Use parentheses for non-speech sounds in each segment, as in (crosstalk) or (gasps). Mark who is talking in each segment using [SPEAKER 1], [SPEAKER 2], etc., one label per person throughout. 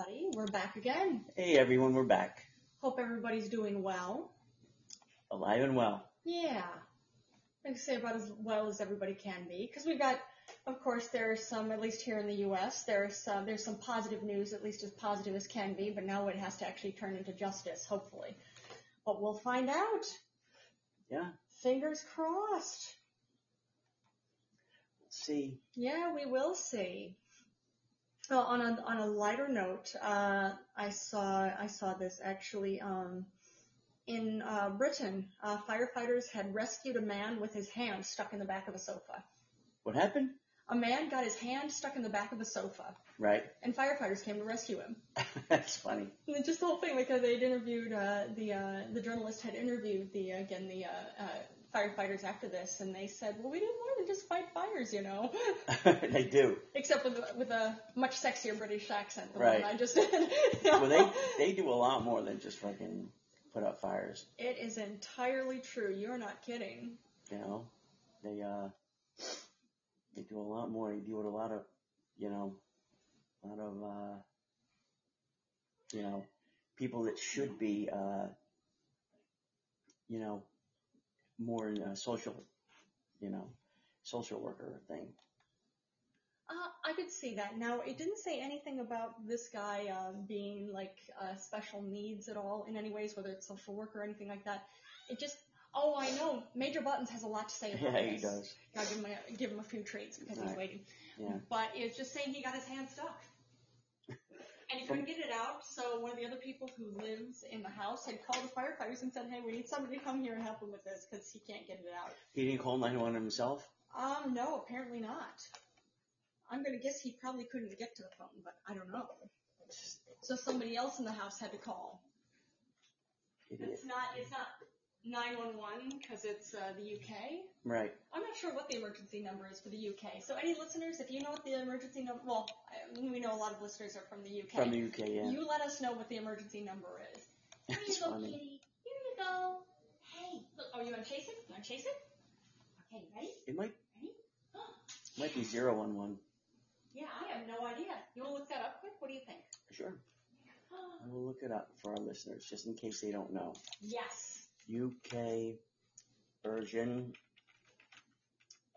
[SPEAKER 1] everybody. We're back again.
[SPEAKER 2] Hey everyone, we're back.
[SPEAKER 1] Hope everybody's doing well.
[SPEAKER 2] Alive and well.
[SPEAKER 1] Yeah. I can say about as well as everybody can be. Because we've got, of course, there are some, at least here in the U.S., there's some, there's some positive news, at least as positive as can be, but now it has to actually turn into justice, hopefully. But we'll find out.
[SPEAKER 2] Yeah.
[SPEAKER 1] Fingers crossed.
[SPEAKER 2] Let's see.
[SPEAKER 1] Yeah, we will see. So on a on a lighter note, uh, I saw I saw this actually um, in uh, Britain. Uh, firefighters had rescued a man with his hand stuck in the back of a sofa.
[SPEAKER 2] What happened?
[SPEAKER 1] A man got his hand stuck in the back of a sofa,
[SPEAKER 2] Right. (laughs)
[SPEAKER 1] and firefighters came to rescue him.
[SPEAKER 2] That's funny. (laughs)
[SPEAKER 1] And then just the whole thing, like uh, they'd interviewed uh, the uh, the journalist had interviewed the again the uh, uh, firefighters after this, and they said, "Well, we didn't want them to just fight fires, you know."
[SPEAKER 2] they do.
[SPEAKER 1] except with with a much sexier British accent than
[SPEAKER 2] Right.
[SPEAKER 1] the one I just did.
[SPEAKER 2] Well, they they do a lot more than just fucking put out fires.
[SPEAKER 1] (laughs) It is entirely true. You're not kidding.
[SPEAKER 2] You know, they uh they do a lot more. They deal with a lot of you know, a lot of uh you know people that should be uh you know more in a social you know social worker thing. (laughs)
[SPEAKER 1] Uh, I could see that. Now, it didn't say anything about this guy uh, being like uh, special needs at all in any ways, whether it's social work or anything like that. It just, oh, I know. Major Buttons has a lot to say about
[SPEAKER 2] (laughs) Yeah,
[SPEAKER 1] this.
[SPEAKER 2] he does.
[SPEAKER 1] I'll give him a, give him a few treats because he's
[SPEAKER 2] Right.
[SPEAKER 1] waiting.
[SPEAKER 2] Yeah.
[SPEAKER 1] But it's just saying he got his hand stuck. And he couldn't get it out, so one of the other people who lives in the house had called the firefighters and said, hey, we need somebody to come here and help him with this because he can't get it out.
[SPEAKER 2] He didn't call 911 himself.
[SPEAKER 1] Um, no, apparently not. I'm gonna guess he probably couldn't get to the phone, but I don't know. So somebody else in the house had to call.
[SPEAKER 2] Idiot.
[SPEAKER 1] It's not, it's not 911 because it's uh, the UK.
[SPEAKER 2] Right.
[SPEAKER 1] I'm not sure what the emergency number is for the UK. So any listeners, if you know what the emergency number, well, I- we know a lot of listeners are from the UK.
[SPEAKER 2] From the UK, yeah.
[SPEAKER 1] You let us know what the emergency number
[SPEAKER 2] (laughs)
[SPEAKER 1] is. Here you
[SPEAKER 2] It's
[SPEAKER 1] go,
[SPEAKER 2] funny.
[SPEAKER 1] kitty. Here you go. Hey, look. Oh, you want to chase it? You want to chase it? Okay, ready?
[SPEAKER 2] It might
[SPEAKER 1] Huh.
[SPEAKER 2] might be zero on one.
[SPEAKER 1] Yeah, I have no idea. You want to look that up quick? What do you think? (gasps)
[SPEAKER 2] Sure. I will look it up for our listeners, just in case they don't know.
[SPEAKER 1] yes.
[SPEAKER 2] UK version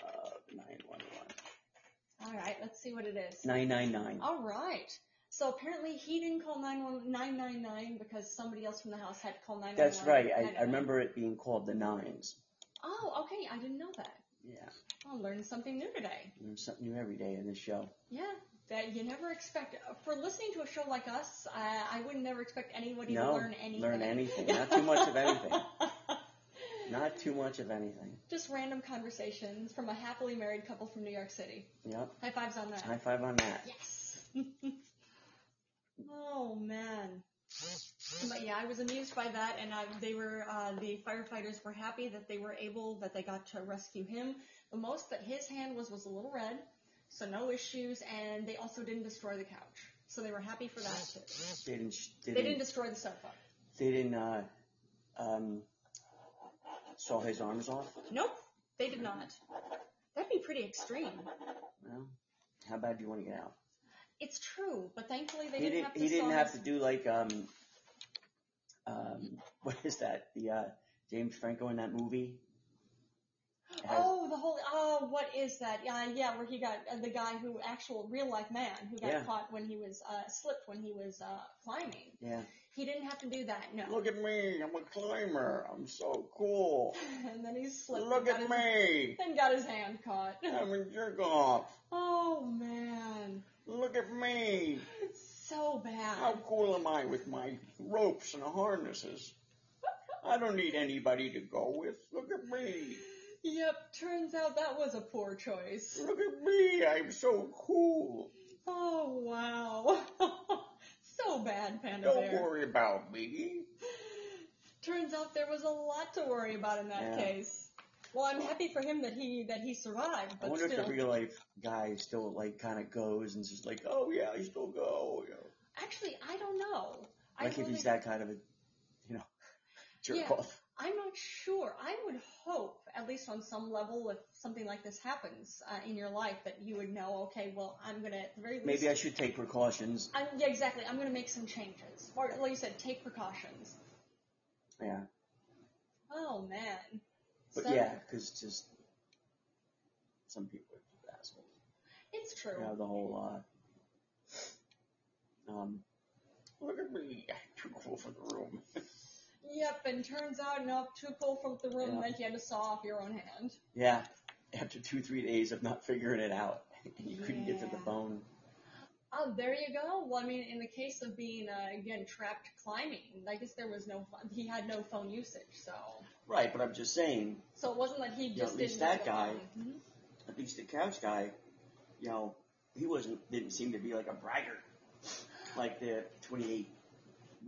[SPEAKER 2] of 911.
[SPEAKER 1] Oh, All right, let's see what it is.
[SPEAKER 2] 999.
[SPEAKER 1] All right. So apparently he didn't call 999 because somebody else from the house had to call 911.
[SPEAKER 2] That's right. I, I remember it being called the nines.
[SPEAKER 1] Oh, okay. I didn't know that.
[SPEAKER 2] Yeah.
[SPEAKER 1] I'll learn something new today.
[SPEAKER 2] There's something new every day in this show.
[SPEAKER 1] Yeah, that you never expect. uh, For listening to a show like us, I, I would never expect anybody to
[SPEAKER 2] No,
[SPEAKER 1] learn anything.
[SPEAKER 2] Learn anything. Not too much of anything. Not too much of anything.
[SPEAKER 1] (laughs) Just random conversations from a happily married couple from New York City.
[SPEAKER 2] Yep.
[SPEAKER 1] High fives on that.
[SPEAKER 2] High five on that.
[SPEAKER 1] Yes. (laughs) oh man. But yeah, I was amused by that, and I, they were uh, the firefighters were happy that they were able that they got to rescue him. The most that his hand was was a little red, so no issues, and they also didn't destroy the couch, so they were happy for that too.
[SPEAKER 2] They didn't, they
[SPEAKER 1] They
[SPEAKER 2] didn't
[SPEAKER 1] didn't destroy the sofa.
[SPEAKER 2] They didn't uh, um, saw his arms off.
[SPEAKER 1] Nope, they did not. That'd be pretty extreme.
[SPEAKER 2] Well, how bad do you want to get out?
[SPEAKER 1] It's true, but thankfully they
[SPEAKER 2] he
[SPEAKER 1] didn't,
[SPEAKER 2] didn't.
[SPEAKER 1] have to.
[SPEAKER 2] he didn't
[SPEAKER 1] saw
[SPEAKER 2] have
[SPEAKER 1] this-
[SPEAKER 2] to do like um, um, (laughs) what is that? The uh, James Franco in that movie. Has-
[SPEAKER 1] Oh, the whole. Oh, what is that? Yeah, yeah, where he got uh, the guy who actual real life man who got
[SPEAKER 2] Yeah.
[SPEAKER 1] caught when he was uh, slipped when he was uh, climbing.
[SPEAKER 2] Yeah.
[SPEAKER 1] He didn't have to do that. No.
[SPEAKER 2] Look at me. I'm a climber. I'm so cool.
[SPEAKER 1] (laughs) and then he slipped. and
[SPEAKER 2] Look
[SPEAKER 1] got
[SPEAKER 2] at
[SPEAKER 1] his-
[SPEAKER 2] me.
[SPEAKER 1] And got his hand caught.
[SPEAKER 2] I'm a jerk off.
[SPEAKER 1] (laughs) oh man,
[SPEAKER 2] Look at me.
[SPEAKER 1] it's so bad.
[SPEAKER 2] How cool am I with my ropes and harnesses? I don't need anybody to go with. Look at me.
[SPEAKER 1] Yep. Turns out that was a poor choice.
[SPEAKER 2] Look at me, I'm so cool.
[SPEAKER 1] Oh wow. (laughs) so bad, Panda
[SPEAKER 2] Don't
[SPEAKER 1] Bear.
[SPEAKER 2] worry about me.
[SPEAKER 1] Turns out there was a lot to worry about in that
[SPEAKER 2] Yeah.
[SPEAKER 1] case. Well, I'm happy for him that he that he survived,
[SPEAKER 2] I
[SPEAKER 1] but
[SPEAKER 2] wonder
[SPEAKER 1] still.
[SPEAKER 2] if the real life guy still like kind of goes and just like, oh yeah, I still go. You know?
[SPEAKER 1] Actually, I don't know. I
[SPEAKER 2] Like if
[SPEAKER 1] really-
[SPEAKER 2] he's that kind of a, you know, (laughs) jerk
[SPEAKER 1] Yeah.
[SPEAKER 2] off.
[SPEAKER 1] I'm not sure. I would hope, at least on some level, if something like this happens uh, in your life, that you would know, okay, well, I'm going to, at the very least,
[SPEAKER 2] Maybe I should take precautions.
[SPEAKER 1] I'm, yeah, exactly, I'm going to make some changes. Or, like you said, take precautions.
[SPEAKER 2] Yeah.
[SPEAKER 1] Oh, man.
[SPEAKER 2] But
[SPEAKER 1] So-
[SPEAKER 2] yeah, 'cause just some people are just assholes.
[SPEAKER 1] It's true.
[SPEAKER 2] You know, the whole, uh, um, look at me, too cool for the room.
[SPEAKER 1] Yep, and turns out enough to pull from the room
[SPEAKER 2] Yeah.
[SPEAKER 1] that you had to saw off your own hand.
[SPEAKER 2] Yeah. After two, three days of not figuring it out, (laughs) and you couldn't get to the
[SPEAKER 1] Yeah.
[SPEAKER 2] bone.
[SPEAKER 1] Oh, there you go. Well, I mean, in the case of being uh, again trapped climbing, I guess there was no phone. He had no phone usage, so
[SPEAKER 2] Right, but I'm just saying,
[SPEAKER 1] so it wasn't that he
[SPEAKER 2] Yeah,
[SPEAKER 1] just
[SPEAKER 2] at
[SPEAKER 1] didn't.
[SPEAKER 2] least
[SPEAKER 1] have
[SPEAKER 2] that
[SPEAKER 1] the
[SPEAKER 2] guy-
[SPEAKER 1] phone. Mhm.
[SPEAKER 2] at least the couch guy, you know, he wasn't didn't seem to be like a bragger, like the 28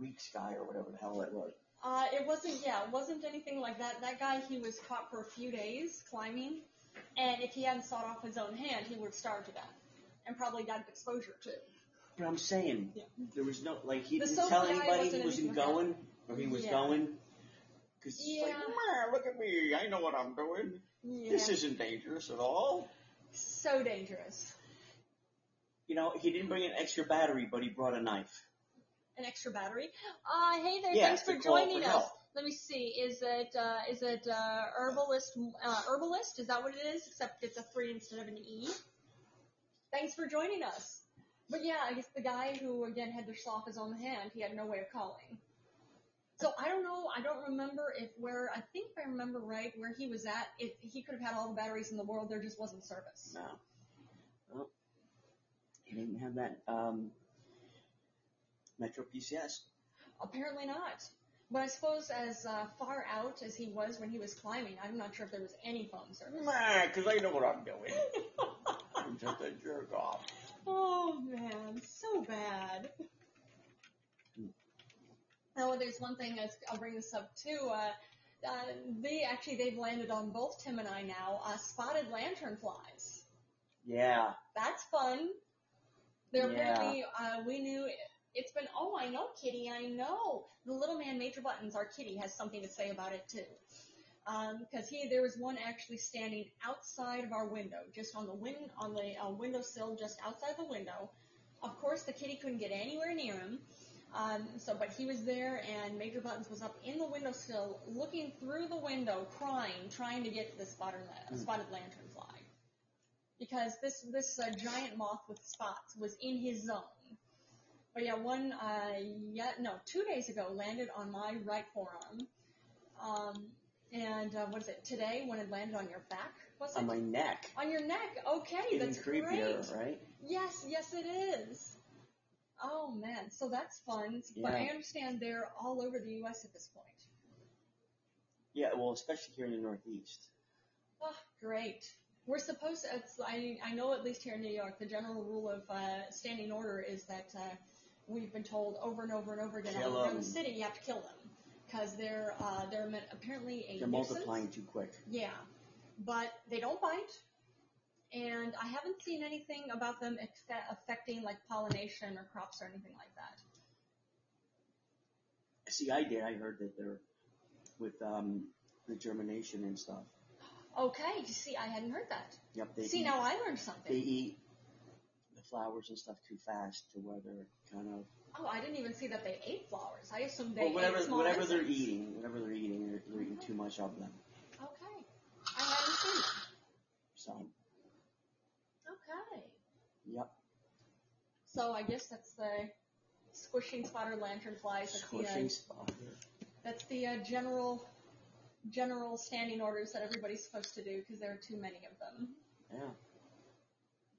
[SPEAKER 2] weeks guy or whatever the hell that was.
[SPEAKER 1] Uh, it wasn't. Yeah, it wasn't anything like that. That guy, he was caught for a few days climbing, and if he hadn't sawed off his own hand, he would have starved to death, and probably died of exposure too.
[SPEAKER 2] But I'm saying
[SPEAKER 1] Yeah.
[SPEAKER 2] there was no like he
[SPEAKER 1] The
[SPEAKER 2] didn't
[SPEAKER 1] soap
[SPEAKER 2] tell
[SPEAKER 1] guy
[SPEAKER 2] anybody he
[SPEAKER 1] wasn't
[SPEAKER 2] wasn't
[SPEAKER 1] anything like
[SPEAKER 2] going or he was
[SPEAKER 1] Yeah.
[SPEAKER 2] going. Cause it's like,
[SPEAKER 1] Yeah.
[SPEAKER 2] "Meh, look at me, I know what I'm doing.
[SPEAKER 1] Yeah,
[SPEAKER 2] This isn't dangerous at all.
[SPEAKER 1] so dangerous.
[SPEAKER 2] You know, he didn't bring an extra battery, but he brought a knife.
[SPEAKER 1] An extra battery. Uh, hey there,
[SPEAKER 2] Yeah,
[SPEAKER 1] thanks for
[SPEAKER 2] to call
[SPEAKER 1] joining
[SPEAKER 2] for
[SPEAKER 1] us.
[SPEAKER 2] help.
[SPEAKER 1] Let me see. Is it uh, is it uh, herbalist? Uh, herbalist? Is that what it is? Except it's a three instead of an e. Thanks for joining us. But yeah, I guess the guy who again had to saw off his own hand, he had no way of calling. So I don't know. I don't remember if where I think if I remember right where he was at. If he could have had all the batteries in the world, there just wasn't service.
[SPEAKER 2] No. Well, he didn't have that um, Metro PCS.
[SPEAKER 1] Apparently not. But I suppose as uh, far out as he was when he was climbing, I'm not sure if there was any phone service.
[SPEAKER 2] Nah, because I know what I'm doing. I'm just a jerk off.
[SPEAKER 1] Oh man, so bad. Now, Oh, there's one thing that's, I'll bring this up too. Uh, uh, they actually they've landed on both Tim and I now. Uh, spotted lanternflies.
[SPEAKER 2] Yeah.
[SPEAKER 1] That's fun. They're
[SPEAKER 2] Yeah.
[SPEAKER 1] apparently uh, we knew it's been. Oh, I know, Kitty. I know. The little man, Major Buttons, our kitty, has something to say about it too. Because he there was one actually standing outside of our window, just on the win on the uh, windowsill, just outside the window. Of course, the kitty couldn't get anywhere near him. Um, so, but he was there, and Major Buttons was up in the windowsill, looking through the window, crying, trying to get to the spotted, la-
[SPEAKER 2] Mm.
[SPEAKER 1] spotted lantern fly, because this this uh, giant moth with spots was in his zone. But yeah, one uh, yeah no two days ago landed on my right forearm, um, and uh, what is it today? When it landed on your back, was it
[SPEAKER 2] On my neck.
[SPEAKER 1] on your neck? Okay,
[SPEAKER 2] Even
[SPEAKER 1] that's great.
[SPEAKER 2] creepier, right?
[SPEAKER 1] Yes, yes, it is. Oh man, so that's fun. But I
[SPEAKER 2] Yeah.
[SPEAKER 1] understand they're all over the U.S. at this point.
[SPEAKER 2] Yeah, well, especially here in the Northeast.
[SPEAKER 1] Oh, great. We're supposed to. It's, I I know at least here in New York, the general rule of uh, standing order is that uh, we've been told over and over and over again
[SPEAKER 2] Kill
[SPEAKER 1] out around
[SPEAKER 2] 'em.
[SPEAKER 1] the city you have to kill them because they're uh, they're meant, apparently a
[SPEAKER 2] They're
[SPEAKER 1] nuisance.
[SPEAKER 2] multiplying too quick.
[SPEAKER 1] Yeah, but they don't bite, and I haven't seen anything about them exce- affecting like pollination or crops or anything like that.
[SPEAKER 2] See, I did. I heard that they're with um, the germination and stuff.
[SPEAKER 1] Okay, you see, I hadn't heard that.
[SPEAKER 2] Yep, they
[SPEAKER 1] see,
[SPEAKER 2] eat,
[SPEAKER 1] now I learned
[SPEAKER 2] they
[SPEAKER 1] something.
[SPEAKER 2] eat the flowers and stuff too fast to where they're kind of
[SPEAKER 1] Oh, I didn't even see that they ate flowers. I assumed they
[SPEAKER 2] well, whatever
[SPEAKER 1] ate small
[SPEAKER 2] whatever they're
[SPEAKER 1] insects.
[SPEAKER 2] eating, whatever they're eating, they're, they're eating too much of them.
[SPEAKER 1] Okay, I hadn't seen that.
[SPEAKER 2] So,
[SPEAKER 1] Okay,
[SPEAKER 2] yep,
[SPEAKER 1] so I guess that's the squishing spotted lanternflies. That's the,
[SPEAKER 2] squishing
[SPEAKER 1] uh,
[SPEAKER 2] spot.
[SPEAKER 1] that's the uh, general general standing orders that everybody's supposed to do because there are too many of them.
[SPEAKER 2] Yeah.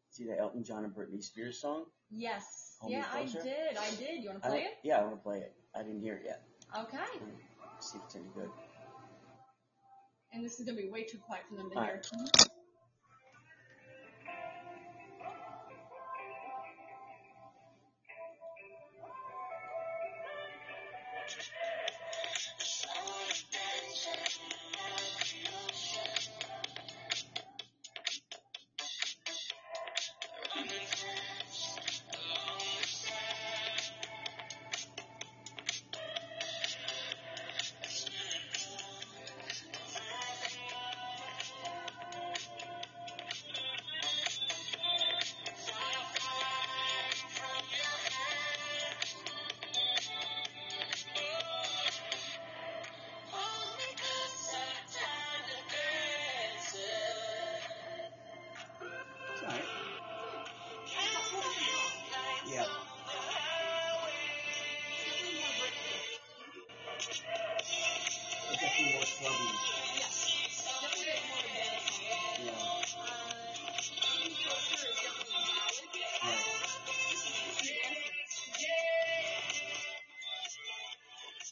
[SPEAKER 2] See the Elton John and Britney Spears song?
[SPEAKER 1] Yes.
[SPEAKER 2] Hold me
[SPEAKER 1] yeah, I
[SPEAKER 2] closer.
[SPEAKER 1] did. I did. You want to
[SPEAKER 2] I
[SPEAKER 1] play
[SPEAKER 2] don't-
[SPEAKER 1] it?
[SPEAKER 2] Yeah, I want to play it. I didn't hear it yet.
[SPEAKER 1] Okay.
[SPEAKER 2] See if it's any good.
[SPEAKER 1] And this is going to be way too quiet for them to
[SPEAKER 2] All
[SPEAKER 1] hear.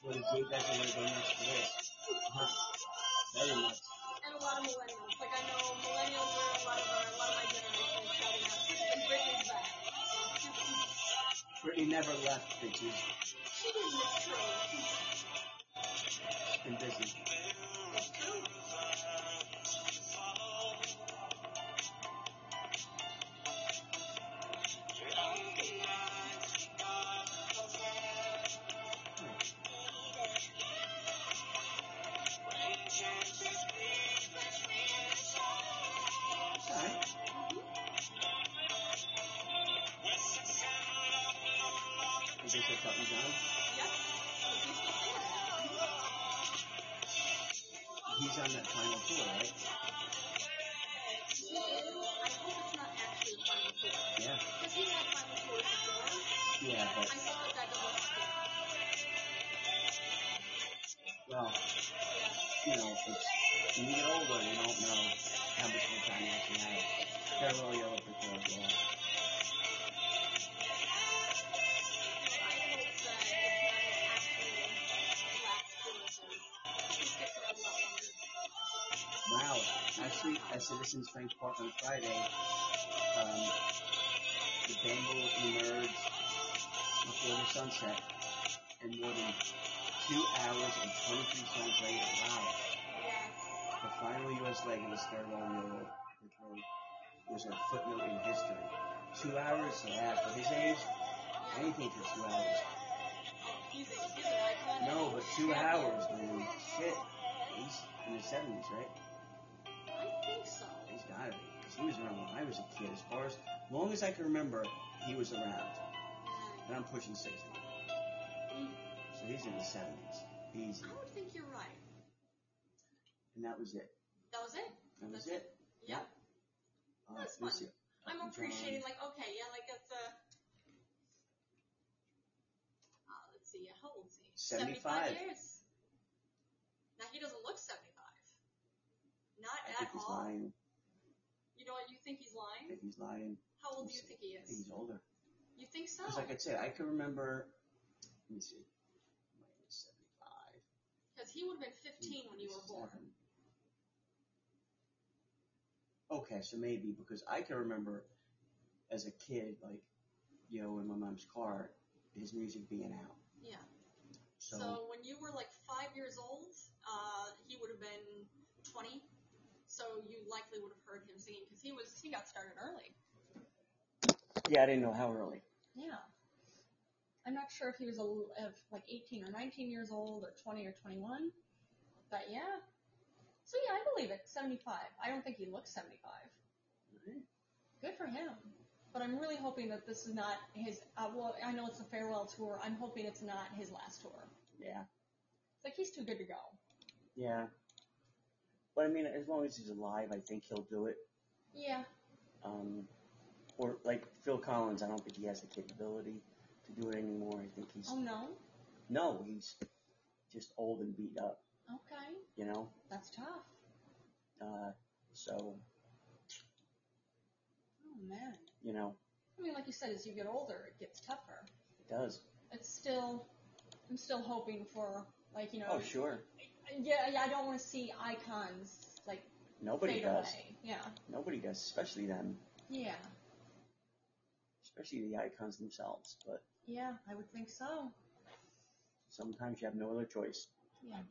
[SPEAKER 2] Well, the group that's going to go next to it. Uh-huh. Huh. Very much.
[SPEAKER 1] and a lot of millennials. Like I know millennials are a lot of our, a lot of my generation is shouting out, and Britney's back. So she,
[SPEAKER 2] Brittany never left, bitches.
[SPEAKER 1] she didn't miss Britney.
[SPEAKER 2] Been busy.
[SPEAKER 1] That's true.
[SPEAKER 2] It's alright. Did they say Elton John?
[SPEAKER 1] Yep. But she's still singing.
[SPEAKER 2] He's on that final tour, right?
[SPEAKER 1] She is. I hope it's not actually a final tour.
[SPEAKER 2] Yeah.
[SPEAKER 1] Because he had final tours before.
[SPEAKER 2] Yeah,
[SPEAKER 1] I
[SPEAKER 2] but,
[SPEAKER 1] saw that that doesn't stick.
[SPEAKER 2] well,
[SPEAKER 1] Yeah.
[SPEAKER 2] you know, it's, when you get older, you don't know how much more time you actually have. They're really old for tours, yeah. Wow. Actually, at Citizens Bank Park on Friday, um, the band will emerge before the sunset, and more than two hours and 23 songs later, wow, the final U.S. leg of the stairwell mule Road was a footnote in history. Two hours, yeah, for his age, anything for two hours. No, but two hours, man. Shit. He's in his 70s, right?
[SPEAKER 1] I think so.
[SPEAKER 2] He's gotta be, because he was around when I was a kid. As far as long as I can remember, he was around. And I'm pushing 60. So he's in his 70s. Easy.
[SPEAKER 1] I don't think you're right.
[SPEAKER 2] And that was it.
[SPEAKER 1] That was it?
[SPEAKER 2] That was it.
[SPEAKER 1] Yeah.
[SPEAKER 2] Uh,
[SPEAKER 1] That's
[SPEAKER 2] let's
[SPEAKER 1] fun.
[SPEAKER 2] see.
[SPEAKER 1] I'm
[SPEAKER 2] Elton
[SPEAKER 1] appreciating,
[SPEAKER 2] John.
[SPEAKER 1] like, okay, yeah, like, it's a. Uh, let's see, yeah, how old is he?
[SPEAKER 2] 75.
[SPEAKER 1] years. Now, he doesn't look 75. Not
[SPEAKER 2] I
[SPEAKER 1] at
[SPEAKER 2] think he's
[SPEAKER 1] all.
[SPEAKER 2] lying.
[SPEAKER 1] You know what? You think he's
[SPEAKER 2] I
[SPEAKER 1] lying?
[SPEAKER 2] think he's lying.
[SPEAKER 1] How old do you
[SPEAKER 2] He's-
[SPEAKER 1] think he
[SPEAKER 2] I
[SPEAKER 1] is?
[SPEAKER 2] think he's older.
[SPEAKER 1] You think so?
[SPEAKER 2] Because, like I said, I can remember. Let me see. Minus 75.
[SPEAKER 1] Because he would have been 15 when you were born.
[SPEAKER 2] Seven. Okay, so maybe because I can remember as a kid, like, you know, in my mom's car, his music being out.
[SPEAKER 1] Yeah.
[SPEAKER 2] So,
[SPEAKER 1] So, when you were like five years old, uh, he would have been 20. So you likely would have heard him singing because he was he got started early.
[SPEAKER 2] yeah, I didn't know how early.
[SPEAKER 1] Yeah. I'm not sure if he was a, l- if like 18 or 19 years old or 20 or 21, but yeah. So yeah, I believe it. 75. I don't think he looks 75. Good for him. But I'm really hoping that this is not his. Uh, well, I know it's a farewell tour. I'm hoping it's not his last tour.
[SPEAKER 2] Yeah,
[SPEAKER 1] It's like he's too good to go.
[SPEAKER 2] yeah. But I mean, as long as he's alive, I think he'll do it.
[SPEAKER 1] Yeah.
[SPEAKER 2] Um, or like Phil Collins, I don't think he has the capability to do it anymore. I think he's
[SPEAKER 1] Oh no.
[SPEAKER 2] no, he's just old and beat up.
[SPEAKER 1] Okay.
[SPEAKER 2] You know.
[SPEAKER 1] That's tough.
[SPEAKER 2] Uh, so
[SPEAKER 1] Oh man.
[SPEAKER 2] you know,
[SPEAKER 1] I mean, like you said, as you get older, it gets tougher.
[SPEAKER 2] it does.
[SPEAKER 1] It's still, I'm still hoping for like you know.
[SPEAKER 2] Oh, sure.
[SPEAKER 1] Yeah, yeah. I don't want to see icons like
[SPEAKER 2] Nobody
[SPEAKER 1] fade
[SPEAKER 2] does.
[SPEAKER 1] away. Yeah.
[SPEAKER 2] Nobody does, especially them,
[SPEAKER 1] Yeah.
[SPEAKER 2] especially the icons themselves. But
[SPEAKER 1] Yeah. I would think so.
[SPEAKER 2] sometimes you have no other choice
[SPEAKER 1] Yeah.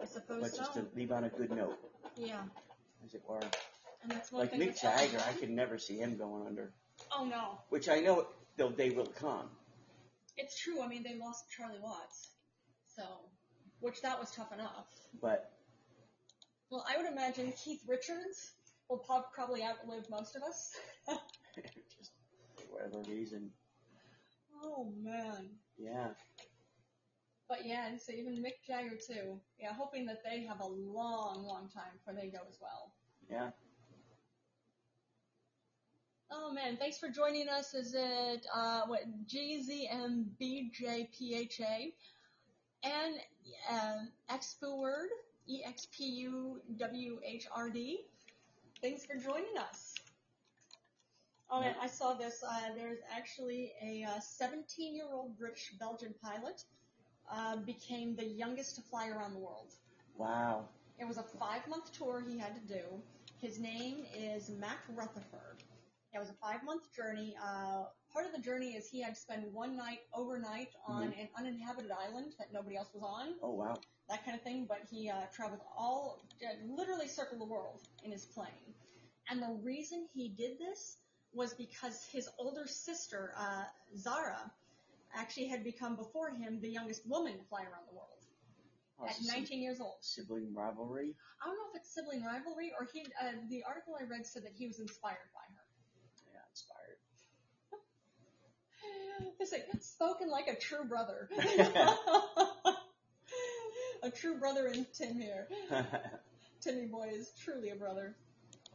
[SPEAKER 1] I suppose
[SPEAKER 2] but
[SPEAKER 1] so.
[SPEAKER 2] just to leave on a good note,
[SPEAKER 1] Yeah.
[SPEAKER 2] as it were.
[SPEAKER 1] And that's one
[SPEAKER 2] Like
[SPEAKER 1] thing.
[SPEAKER 2] Mick
[SPEAKER 1] that's happened.
[SPEAKER 2] Jagger,
[SPEAKER 1] (laughs)
[SPEAKER 2] I could never see him going under.
[SPEAKER 1] Oh no.
[SPEAKER 2] Which I know they'll they will come.
[SPEAKER 1] It's true. I mean, they lost Charlie Watts, so which that was tough enough.
[SPEAKER 2] But (laughs)
[SPEAKER 1] Well, I would imagine Keith Richards will prob- probably outlive most of us. (laughs)
[SPEAKER 2] just for whatever reason,
[SPEAKER 1] Oh man.
[SPEAKER 2] yeah.
[SPEAKER 1] But yeah, and so even Mick Jagger too. Yeah, hoping that they have a long, long time before they go as well.
[SPEAKER 2] Yeah.
[SPEAKER 1] Oh man, thanks for joining us. Is it uh what GZMBJPHA and um Expuward E X P U W H R D. Thanks for joining us. Oh man, I saw uh, this. Uh, there's actually a 17 year old British Belgian pilot uh, became the youngest to fly around the world.
[SPEAKER 2] Wow.
[SPEAKER 1] It was a five month tour he had to do. His name is Mac Rutherford. It was a five month journey. Uh, part of the journey is he had to spend one night overnight on
[SPEAKER 2] Mm-hmm.
[SPEAKER 1] an uninhabited island that nobody else was on,
[SPEAKER 2] Oh, wow.
[SPEAKER 1] that kind of thing. But he uh, traveled all, uh, literally circled the world in his plane. And the reason he did this was because his older sister, uh, Zara, actually had become before him the youngest woman to fly around the world
[SPEAKER 2] Oh,
[SPEAKER 1] at
[SPEAKER 2] so some
[SPEAKER 1] 19 years old.
[SPEAKER 2] Sibling rivalry.
[SPEAKER 1] I don't know if it's sibling rivalry or he. Uh, the article I read said that he was inspired by
[SPEAKER 2] Yeah, inspired.
[SPEAKER 1] her. It's like spoken like a true brother. (laughs) a true brother in Tim here. (laughs) Timmy boy is truly a brother.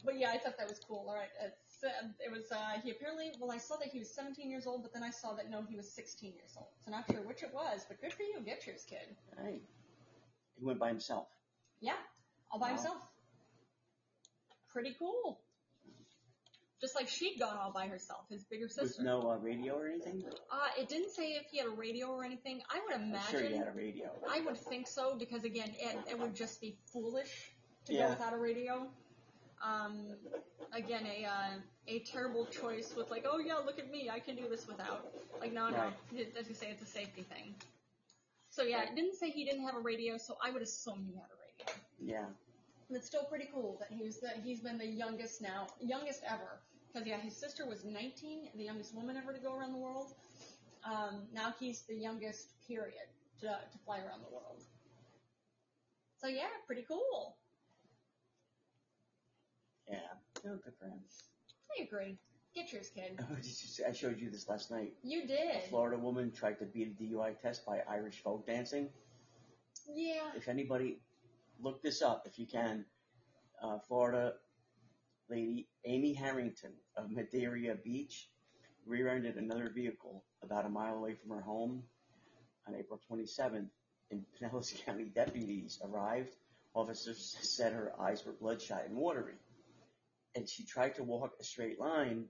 [SPEAKER 1] But yeah, I thought that was cool. All right, it's, uh, it was. Uh, he apparently. Well, I saw that he was 17 years old, but then I saw that no, he was 16 years old. So not sure which it was, but good for you, get yours, kid.
[SPEAKER 2] hey, he went by himself.
[SPEAKER 1] Yeah, all by
[SPEAKER 2] Wow.
[SPEAKER 1] himself. Pretty cool. Just like she'd gone all by herself, his bigger
[SPEAKER 2] With
[SPEAKER 1] sister.
[SPEAKER 2] no uh, radio or anything.
[SPEAKER 1] Uh, it didn't say if he had a radio or anything. I would
[SPEAKER 2] I'm
[SPEAKER 1] imagine.
[SPEAKER 2] sure he had a radio.
[SPEAKER 1] I would think so because again, it, it would just be foolish to
[SPEAKER 2] Yeah.
[SPEAKER 1] go without a radio. Um, again, a uh, a terrible choice with like, oh yeah, look at me, I can do this without. Like, no, no, It- as you say, it's a safety thing. So yeah, it didn't say he didn't have a radio, so I would assume he had a radio.
[SPEAKER 2] Yeah.
[SPEAKER 1] But it's still pretty cool that he was that he's been the youngest now, youngest ever. Because yeah, his sister was 19, the youngest woman ever to go around the world. Um, now he's the youngest, period, to, to fly around the world. So yeah, pretty cool.
[SPEAKER 2] Yeah. Oh, good for him. (laughs)
[SPEAKER 1] I agree. Get yours, kid.
[SPEAKER 2] Oh, did you see- I showed you this last night.
[SPEAKER 1] You
[SPEAKER 2] A
[SPEAKER 1] did.
[SPEAKER 2] Florida woman tried to beat a DUI test by Irish folk dancing.
[SPEAKER 1] Yeah.
[SPEAKER 2] If anybody, look this up if you can. Uh, Florida lady Amy Harrington of Madeira Beach rear-ended another vehicle about a mile away from her home on April 27th, and (laughs) Pinellas County deputies arrived. Officers said her eyes were bloodshot and watery, and she tried to walk a straight line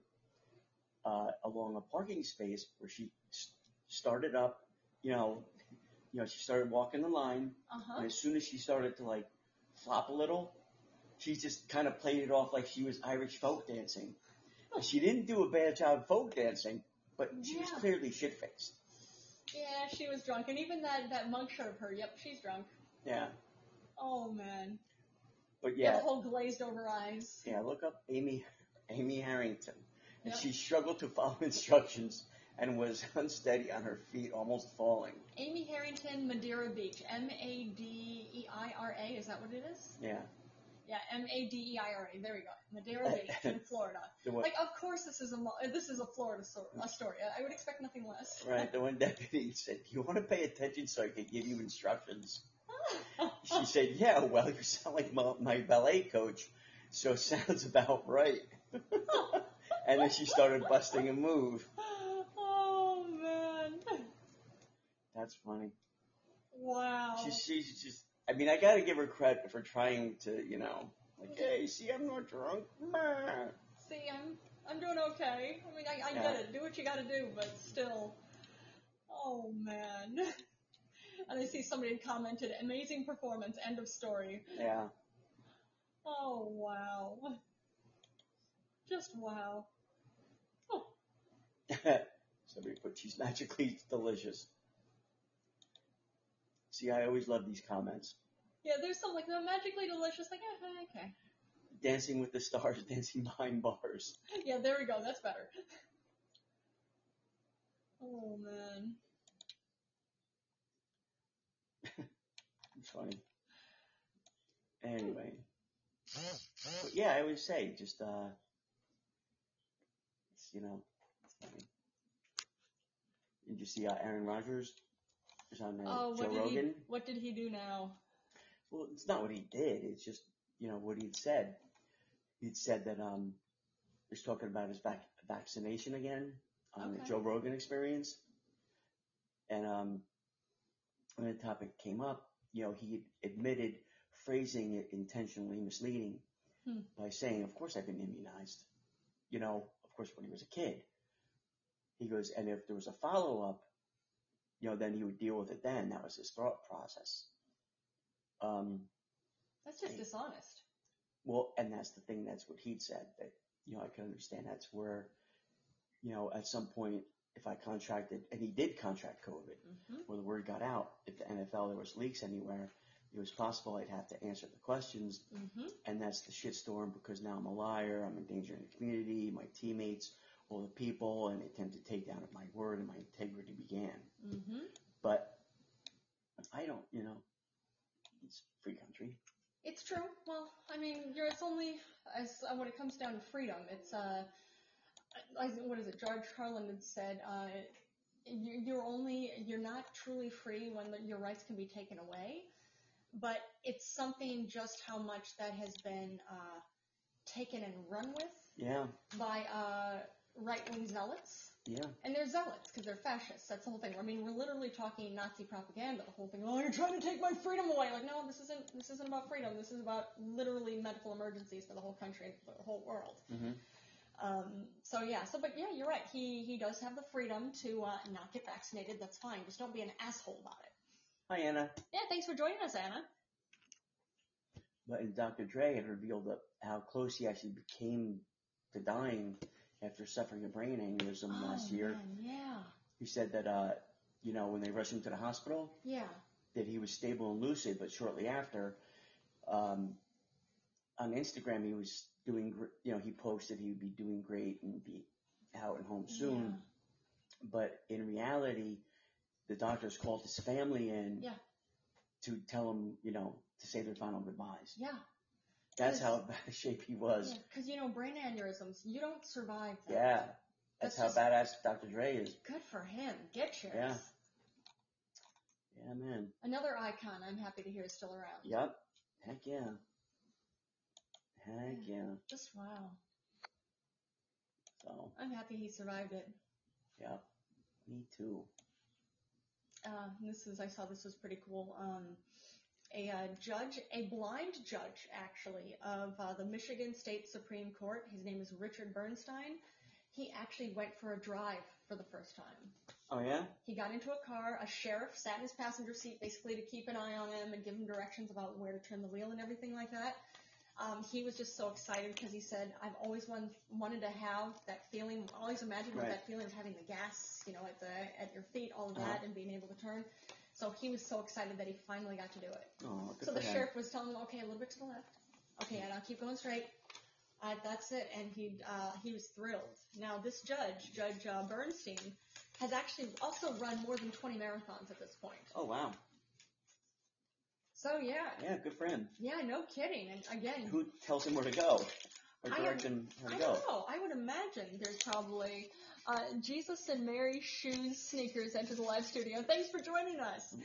[SPEAKER 2] uh, along a parking space where she s- started up, you know, (laughs) you know, she started walking the line,
[SPEAKER 1] Uh huh.
[SPEAKER 2] and as soon as she started to like flop a little, she just kind of played it off like she was Irish folk dancing. And She didn't do a bad job folk dancing, but she was
[SPEAKER 1] Yeah.
[SPEAKER 2] clearly shit faced.
[SPEAKER 1] Yeah, she was drunk, and even that that mug showed her. Yep, she's drunk.
[SPEAKER 2] Yeah,
[SPEAKER 1] Oh man.
[SPEAKER 2] but
[SPEAKER 1] The
[SPEAKER 2] yeah,
[SPEAKER 1] whole glazed over eyes.
[SPEAKER 2] yeah. Look up Amy, Amy Harrington, and
[SPEAKER 1] Yep.
[SPEAKER 2] she struggled to follow (laughs) instructions and was unsteady on her feet, almost falling.
[SPEAKER 1] Amy Harrington, Madeira Beach. M A D E I R A. Is that what it is?
[SPEAKER 2] Yeah,
[SPEAKER 1] Yeah, M A D E I R A. There we go.
[SPEAKER 2] (laughs)
[SPEAKER 1] Madeira Beach in Florida.
[SPEAKER 2] the one,
[SPEAKER 1] Like, of course, this is a mo- uh, this is a Florida so- a story. I- I would expect nothing less.
[SPEAKER 2] right, the one (laughs) deputy said, "You want to pay attention so I can give you instructions." She said, "Yeah, well, you sound like my, my ballet coach, so it sounds about right." (laughs) and then she started busting a move.
[SPEAKER 1] (laughs) oh man!
[SPEAKER 2] That's funny.
[SPEAKER 1] Wow.
[SPEAKER 2] She, she's just. I mean, I gotta give her credit for trying to, you know, like, hey, see, I'm not drunk. Meh.
[SPEAKER 1] See, I'm I'm doing okay. I mean, I, I
[SPEAKER 2] Yeah.
[SPEAKER 1] get it. Do what you got to do, but still. Oh man. And I see somebody had commented, "Amazing performance." End of story.
[SPEAKER 2] Yeah, (laughs)
[SPEAKER 1] Oh wow. Just wow.
[SPEAKER 2] somebody put she's magically delicious. See, I always love these comments.
[SPEAKER 1] Yeah, there's some like the magically delicious. Like, eh, okay.
[SPEAKER 2] Dancing with the stars, (laughs) dancing behind bars.
[SPEAKER 1] (laughs) Yeah, there we go. That's better. (laughs) Oh man.
[SPEAKER 2] It's funny. Anyway. But yeah, I always say just uh it's, you know it's funny. Did you see uh, Aaron Rodgers is on uh,
[SPEAKER 1] Oh,
[SPEAKER 2] Joe
[SPEAKER 1] what did
[SPEAKER 2] Rogan?
[SPEAKER 1] he? What did he do now?
[SPEAKER 2] Well it's not what he did, it's just you know what he'd said. He'd said that um he was talking about his vac- vaccination again on the
[SPEAKER 1] Okay.
[SPEAKER 2] Joe Rogan experience. And um when the topic came up, you know, he admitted phrasing it intentionally misleading
[SPEAKER 1] Hmm.
[SPEAKER 2] by saying, "Of course I've been immunized." You know, of course when he was a kid. He goes, and if there was a follow up, you know, then he would deal with it then. That was his thought process. Um,
[SPEAKER 1] That's just
[SPEAKER 2] Hey.
[SPEAKER 1] dishonest.
[SPEAKER 2] well, and that's the thing. That's what he'd said that, you know, I can understand that's where, you know, at some point, if I contracted, and he did contract COVID,
[SPEAKER 1] hmm
[SPEAKER 2] where the word got out, if the NFL, there was leaks anywhere, it was possible I'd have to answer the questions
[SPEAKER 1] hmm
[SPEAKER 2] and that's the shitstorm because now I'm a liar, I'm endangering the community, my teammates, all the people, and the attempt to take down of my word and my integrity began.
[SPEAKER 1] hmm
[SPEAKER 2] But I don't, you know, it's free country.
[SPEAKER 1] It's true. Well, I mean, you're, it's only as uh, when it comes down to freedom. It's uh, I, what is it? George Carlin had said, uh, you, "You're only you're not truly free when the, your rights can be taken away." But it's something just how much that has been uh, taken and run with
[SPEAKER 2] Yeah,
[SPEAKER 1] by uh, right wing zealots.
[SPEAKER 2] yeah,
[SPEAKER 1] And they're zealots because they're fascists. That's the whole thing. I mean, we're literally talking Nazi propaganda. The whole thing. Oh, you're trying to take my freedom away. Like, no, this isn't. This isn't about freedom. This is about literally medical emergencies for the whole country, for the whole world.
[SPEAKER 2] mm-hmm.
[SPEAKER 1] Um, so yeah. So, but yeah, you're right. He he does have the freedom to uh, not get vaccinated. That's fine. Just don't be an asshole about it.
[SPEAKER 2] Hi Anna.
[SPEAKER 1] Yeah. Thanks for joining us, Anna.
[SPEAKER 2] But and Dr. Dre had revealed that how close he actually became to dying after suffering a brain aneurysm last year.
[SPEAKER 1] Oh, man, yeah.
[SPEAKER 2] He said that, uh, you know, when they rushed him to the hospital,
[SPEAKER 1] Yeah.
[SPEAKER 2] that he was stable and lucid, but shortly after, um, on Instagram, he was doing, gr- you know, he posted he would be doing great and be out and home soon.
[SPEAKER 1] Yeah.
[SPEAKER 2] But in reality, the doctors called his family in
[SPEAKER 1] Yeah.
[SPEAKER 2] to tell him, you know, to say their final goodbyes.
[SPEAKER 1] Yeah.
[SPEAKER 2] That's
[SPEAKER 1] Yes.
[SPEAKER 2] how (laughs) bad of shape he was.
[SPEAKER 1] Because you know, brain aneurysms. You don't survive.
[SPEAKER 2] Yeah.
[SPEAKER 1] That.
[SPEAKER 2] That's,
[SPEAKER 1] That's
[SPEAKER 2] how
[SPEAKER 1] just-
[SPEAKER 2] badass Dr. Dre is.
[SPEAKER 1] Good for him. Get yours.
[SPEAKER 2] Yeah. Yeah, man.
[SPEAKER 1] Another icon. I'm happy to hear is still around.
[SPEAKER 2] Yep. Heck yeah. Heck yeah.
[SPEAKER 1] Just wow.
[SPEAKER 2] So,
[SPEAKER 1] I'm happy he survived it.
[SPEAKER 2] yeah. Me too.
[SPEAKER 1] Uh, this is I saw this was pretty cool. Um, a uh, judge, a blind judge actually of uh, the Michigan State Supreme Court. His name is Richard Bernstein. He actually went for a drive for the first time.
[SPEAKER 2] Oh, yeah?
[SPEAKER 1] He got into a car. A sheriff sat in his passenger seat basically to keep an eye on him and give him directions about where to turn the wheel and everything like that. Um, he was just so excited because he said, "I've always wanted, wanted to have that feeling. Always imagined what
[SPEAKER 2] Right.
[SPEAKER 1] that feeling of having the gas, you know, at the at your feet, all of that,
[SPEAKER 2] Uh-huh.
[SPEAKER 1] and being able to turn." So he was so excited that he finally got to do it.
[SPEAKER 2] Oh, good
[SPEAKER 1] so
[SPEAKER 2] for
[SPEAKER 1] the
[SPEAKER 2] him.
[SPEAKER 1] sheriff was telling him, "Okay, a little bit to the left. Okay, and I'll keep going straight. Uh, that's it." And he uh, he was thrilled. Now this judge, Judge uh, Bernstein, has actually also run more than 20 marathons at this point.
[SPEAKER 2] Oh, wow.
[SPEAKER 1] So yeah,
[SPEAKER 2] Yeah, good for him.
[SPEAKER 1] yeah, no kidding. And again,
[SPEAKER 2] Who tells him where to go? Or
[SPEAKER 1] I
[SPEAKER 2] directs him where
[SPEAKER 1] I
[SPEAKER 2] to go?
[SPEAKER 1] don't know. I would imagine there's probably uh, Jesus and Mary shoes, sneakers enter the live studio. Thanks for joining us.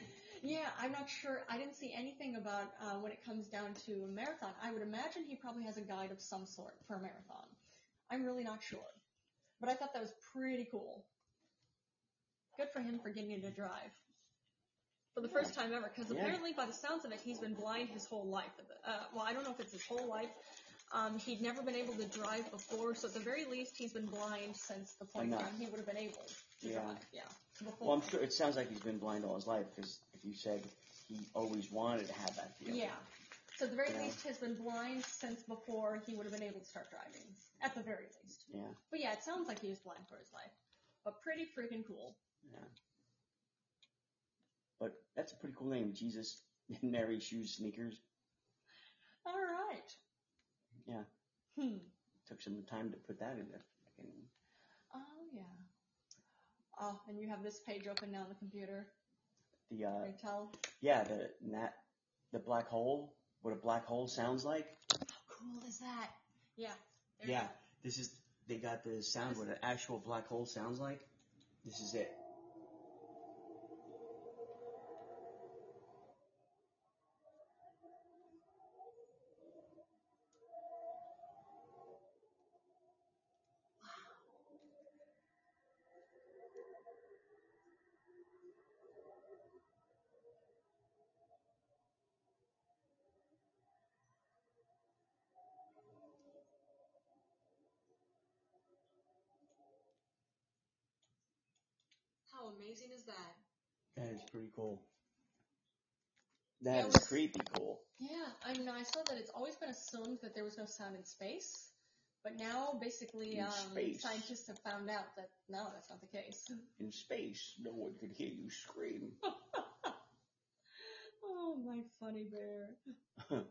[SPEAKER 1] Yeah, I'm not sure. I didn't see anything about uh, when it comes down to a marathon. I would imagine he probably has a guide of some sort for a marathon. I'm really not sure, but I thought that was pretty cool. Good for him for getting into drive for the first time ever. Because
[SPEAKER 2] Yeah.
[SPEAKER 1] apparently, by the sounds of it, he's been blind his whole life. Uh, well, I don't know if it's his whole life. Um, he'd never been able to drive before, so at the very least, he's been blind since the point
[SPEAKER 2] Enough.
[SPEAKER 1] when he would have been able to
[SPEAKER 2] Yeah.
[SPEAKER 1] drive. Yeah. Before.
[SPEAKER 2] Well, I'm sure it sounds like he's been blind all his life because if you said he always wanted to have that feeling.
[SPEAKER 1] Yeah. So at the very
[SPEAKER 2] Yeah.
[SPEAKER 1] least, he's been blind since before he would have been able to start driving. At the very least.
[SPEAKER 2] Yeah.
[SPEAKER 1] But yeah, it sounds like he was blind for his life. But pretty freaking cool.
[SPEAKER 2] Yeah. But that's a pretty cool name, Jesus, (laughs) Mary, shoes, sneakers.
[SPEAKER 1] All right.
[SPEAKER 2] Yeah.
[SPEAKER 1] Hmm.
[SPEAKER 2] Took some time to put that in there. Fucking-
[SPEAKER 1] Oh yeah. Oh, and you have this page open now on the computer.
[SPEAKER 2] The uh,
[SPEAKER 1] Can you tell?
[SPEAKER 2] yeah, the that the black hole. What a black hole sounds like.
[SPEAKER 1] How cool is that? Yeah. There-
[SPEAKER 2] Yeah. This is they got the sound. What an actual black hole sounds like. This is it.
[SPEAKER 1] How amazing is that?
[SPEAKER 2] That is pretty cool.
[SPEAKER 1] Yeah,
[SPEAKER 2] That
[SPEAKER 1] it
[SPEAKER 2] is
[SPEAKER 1] was-
[SPEAKER 2] creepy cool.
[SPEAKER 1] Yeah, I mean, I saw that it's always been assumed that there was no sound in space, but now basically
[SPEAKER 2] In
[SPEAKER 1] um,
[SPEAKER 2] space.
[SPEAKER 1] scientists have found out that no, that's not the case. (laughs)
[SPEAKER 2] In space, no one could hear you scream.
[SPEAKER 1] Oh, my funny bear.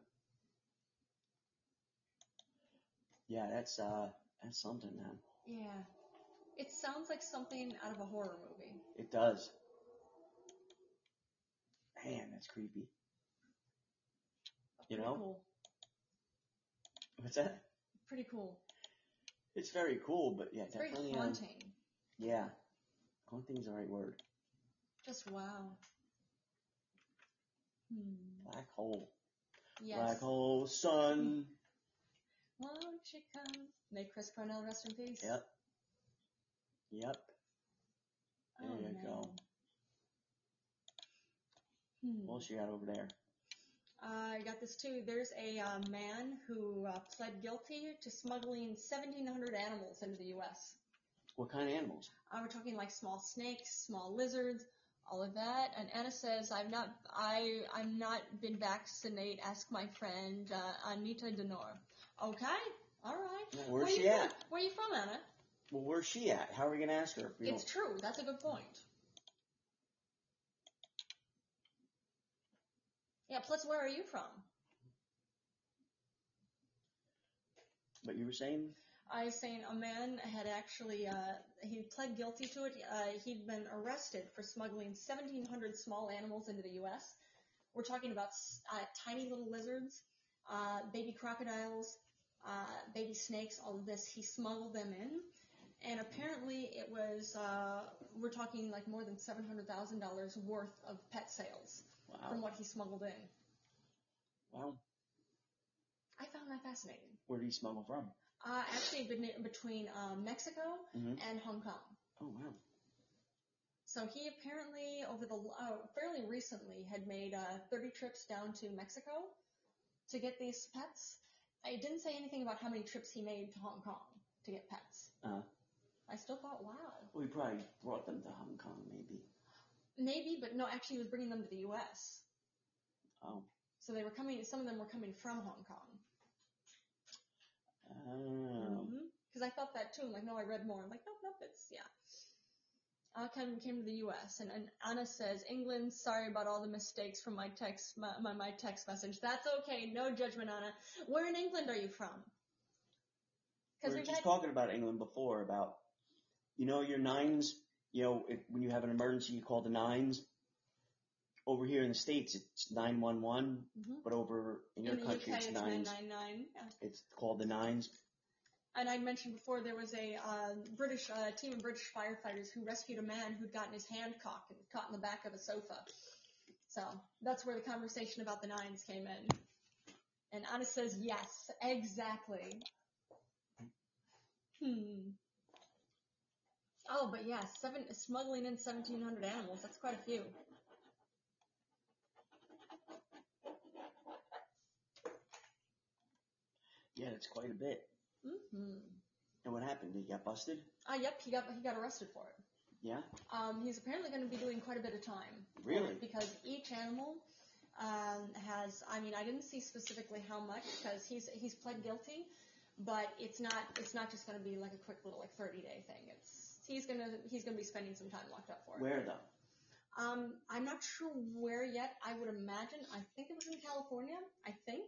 [SPEAKER 2] yeah, that's uh, that's something, man.
[SPEAKER 1] Yeah. It sounds like something out of a horror movie.
[SPEAKER 2] It does. Man, that's creepy. You
[SPEAKER 1] Pretty
[SPEAKER 2] know?
[SPEAKER 1] Cool.
[SPEAKER 2] What's that?
[SPEAKER 1] Pretty cool.
[SPEAKER 2] It's very cool, but yeah,
[SPEAKER 1] It's very
[SPEAKER 2] definitely. um,
[SPEAKER 1] haunting.
[SPEAKER 2] yeah, haunting's the right word.
[SPEAKER 1] Just wow. Hmm.
[SPEAKER 2] Black hole.
[SPEAKER 1] Yes.
[SPEAKER 2] Black hole sun.
[SPEAKER 1] Won't you come? May Chris Cornell rest in peace.
[SPEAKER 2] Yep. Yep.
[SPEAKER 1] Oh,
[SPEAKER 2] There you
[SPEAKER 1] no.
[SPEAKER 2] go.
[SPEAKER 1] Hmm.
[SPEAKER 2] What else you got over there?
[SPEAKER 1] I got this too. There's a uh, man who uh, pled guilty to smuggling 1,700 animals into the U.S.
[SPEAKER 2] What kind of animals?
[SPEAKER 1] Uh, we're talking like small snakes, small lizards, all of that. And Anna says, "I've not, I, I'm not been vaccinated. Ask my friend uh, Anita Denor." Okay, all right.
[SPEAKER 2] Well,
[SPEAKER 1] Where
[SPEAKER 2] where's
[SPEAKER 1] you
[SPEAKER 2] she
[SPEAKER 1] from?
[SPEAKER 2] at?
[SPEAKER 1] Where are you from, Anna?
[SPEAKER 2] Well, where's she at? How are we gonna ask her? If we
[SPEAKER 1] It's
[SPEAKER 2] don't...
[SPEAKER 1] true. That's a good point. Yeah. Plus, where are you from?
[SPEAKER 2] But you were saying?
[SPEAKER 1] I was saying a man had actually uh, he pled guilty to it. Uh, he'd been arrested for smuggling 1,700 small animals into the U.S. We're talking about s- uh, tiny little lizards, uh, baby crocodiles, uh, baby snakes, all of this. He smuggled them in, and apparently it was uh, we're talking like more than $700,000 worth of pet sales from
[SPEAKER 2] Wow.
[SPEAKER 1] what he smuggled in.
[SPEAKER 2] Wow.
[SPEAKER 1] I found that fascinating.
[SPEAKER 2] Where did he smuggle from?
[SPEAKER 1] Uh, actually, been- between uh, Mexico
[SPEAKER 2] Mhm.
[SPEAKER 1] and Hong Kong.
[SPEAKER 2] Oh wow.
[SPEAKER 1] So he apparently, over the uh, fairly recently, had made uh, 30 trips down to Mexico to get these pets. I didn't say anything about how many trips he made to Hong Kong to get pets.
[SPEAKER 2] Uh-huh.
[SPEAKER 1] I still thought, wow,
[SPEAKER 2] Well, he probably brought them to Hong Kong, maybe.
[SPEAKER 1] maybe, but no, actually, he was bringing them to the U.S.
[SPEAKER 2] Oh.
[SPEAKER 1] So they were coming. Some of them were coming from Hong Kong. Mm-hmm.
[SPEAKER 2] Oh.
[SPEAKER 1] Because I thought that too. I'm like, no, I read more. I'm like, nope, nope, it's, yeah. Uh, Kevin came to the U.S. and, and Anna says, England, sorry about all the mistakes from my text, my, my, my text message. That's okay. No judgment, Anna. Where in England are you from?
[SPEAKER 2] We
[SPEAKER 1] Because
[SPEAKER 2] were
[SPEAKER 1] we've
[SPEAKER 2] just
[SPEAKER 1] had,
[SPEAKER 2] talking about England before about, you know, your nines, you know, if, when you have an emergency, you call the nines. Over here in the States, it's 911,
[SPEAKER 1] Mhm.
[SPEAKER 2] but over in your
[SPEAKER 1] in the
[SPEAKER 2] country,
[SPEAKER 1] UK,
[SPEAKER 2] it's
[SPEAKER 1] it's
[SPEAKER 2] nines.
[SPEAKER 1] 999. Yeah.
[SPEAKER 2] It's called the nines.
[SPEAKER 1] And I mentioned before there was a uh, British uh, team of British firefighters who rescued a man who'd gotten his hand caught and caught in the back of a sofa. So that's where the conversation about the nines came in. And Anna says, "Yes, exactly." Hmm. Oh, but yeah, seven smuggling in seventeen hundred animals. That's quite a few.
[SPEAKER 2] Yeah, it's quite a bit.
[SPEAKER 1] Mm-hmm.
[SPEAKER 2] And what happened? Did he get busted?
[SPEAKER 1] Ah, yep, he got he got arrested for it.
[SPEAKER 2] Yeah?
[SPEAKER 1] Um, he's apparently going to be doing quite a bit of time. for it
[SPEAKER 2] Really?
[SPEAKER 1] Because each animal um, has, I mean, I didn't see specifically how much because he's he's pled guilty, but it's not it's not just going to be like a quick little like 30 day thing. It's he's gonna he's gonna be spending some time locked up for it.
[SPEAKER 2] Where, though?
[SPEAKER 1] Um, I'm not sure where yet. I would imagine. I think it was in California. I think.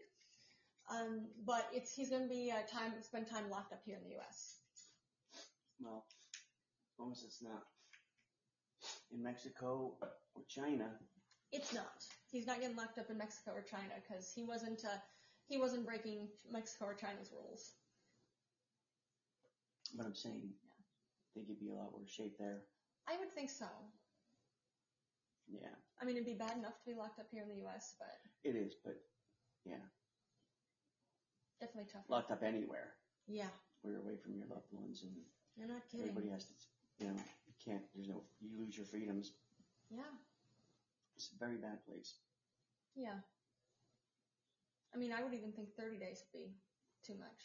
[SPEAKER 1] Um, but it's he's going to be uh, time spend time locked up here in the U.S.
[SPEAKER 2] Well, as long as it's not in Mexico or China.
[SPEAKER 1] It's not. He's not getting locked up in Mexico or China because he wasn't. Uh, he wasn't breaking Mexico or China's rules.
[SPEAKER 2] But I'm saying, I think he'd be a lot worse shape there.
[SPEAKER 1] I would think so.
[SPEAKER 2] Yeah.
[SPEAKER 1] I mean, it'd be bad enough to be locked up here in the U.S., but
[SPEAKER 2] It is, but yeah,
[SPEAKER 1] definitely tough.
[SPEAKER 2] locked up anywhere
[SPEAKER 1] Yeah,
[SPEAKER 2] where you're away from your loved ones and
[SPEAKER 1] you're not kidding.
[SPEAKER 2] everybody has to, you know, you can't, there's no, you lose your freedoms.
[SPEAKER 1] Yeah,
[SPEAKER 2] It's a very bad place.
[SPEAKER 1] yeah. I mean, I would even think 30 days would be too much.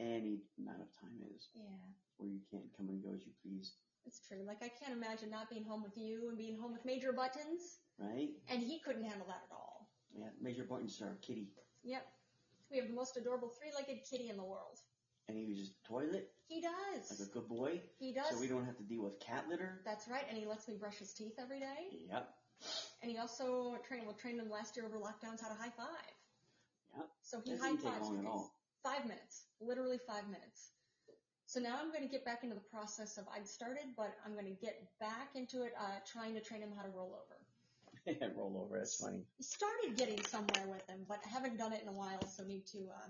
[SPEAKER 2] Any amount of time is
[SPEAKER 1] Yeah.
[SPEAKER 2] where you can't come and go as you please.
[SPEAKER 1] It's true. Like I can't imagine not being home with you and being home with Major Buttons,
[SPEAKER 2] right?
[SPEAKER 1] and he couldn't handle that at all.
[SPEAKER 2] Yeah, Major Button's our kitty,
[SPEAKER 1] Yep. We have the most adorable three-legged kitty in the world.
[SPEAKER 2] and he uses the toilet
[SPEAKER 1] He
[SPEAKER 2] like a
[SPEAKER 1] does.
[SPEAKER 2] good boy,
[SPEAKER 1] He does.
[SPEAKER 2] so we don't have to deal with cat litter.
[SPEAKER 1] That's right, and he lets me brush his teeth every day.
[SPEAKER 2] Yep.
[SPEAKER 1] And he also trained well trained him last year over lockdowns how to high five.
[SPEAKER 2] Yep.
[SPEAKER 1] So he
[SPEAKER 2] That
[SPEAKER 1] high
[SPEAKER 2] didn't take
[SPEAKER 1] fives
[SPEAKER 2] long
[SPEAKER 1] with
[SPEAKER 2] at
[SPEAKER 1] me.
[SPEAKER 2] (laughs) all.
[SPEAKER 1] five minutes, literally five minutes. So now I'm going to get back into the process of I'd started, but I'm going to get back into it, uh, trying to train him how to roll over.
[SPEAKER 2] Roll over. That's funny.
[SPEAKER 1] I started getting somewhere with him, but I haven't done it in a while, so need to. Uh,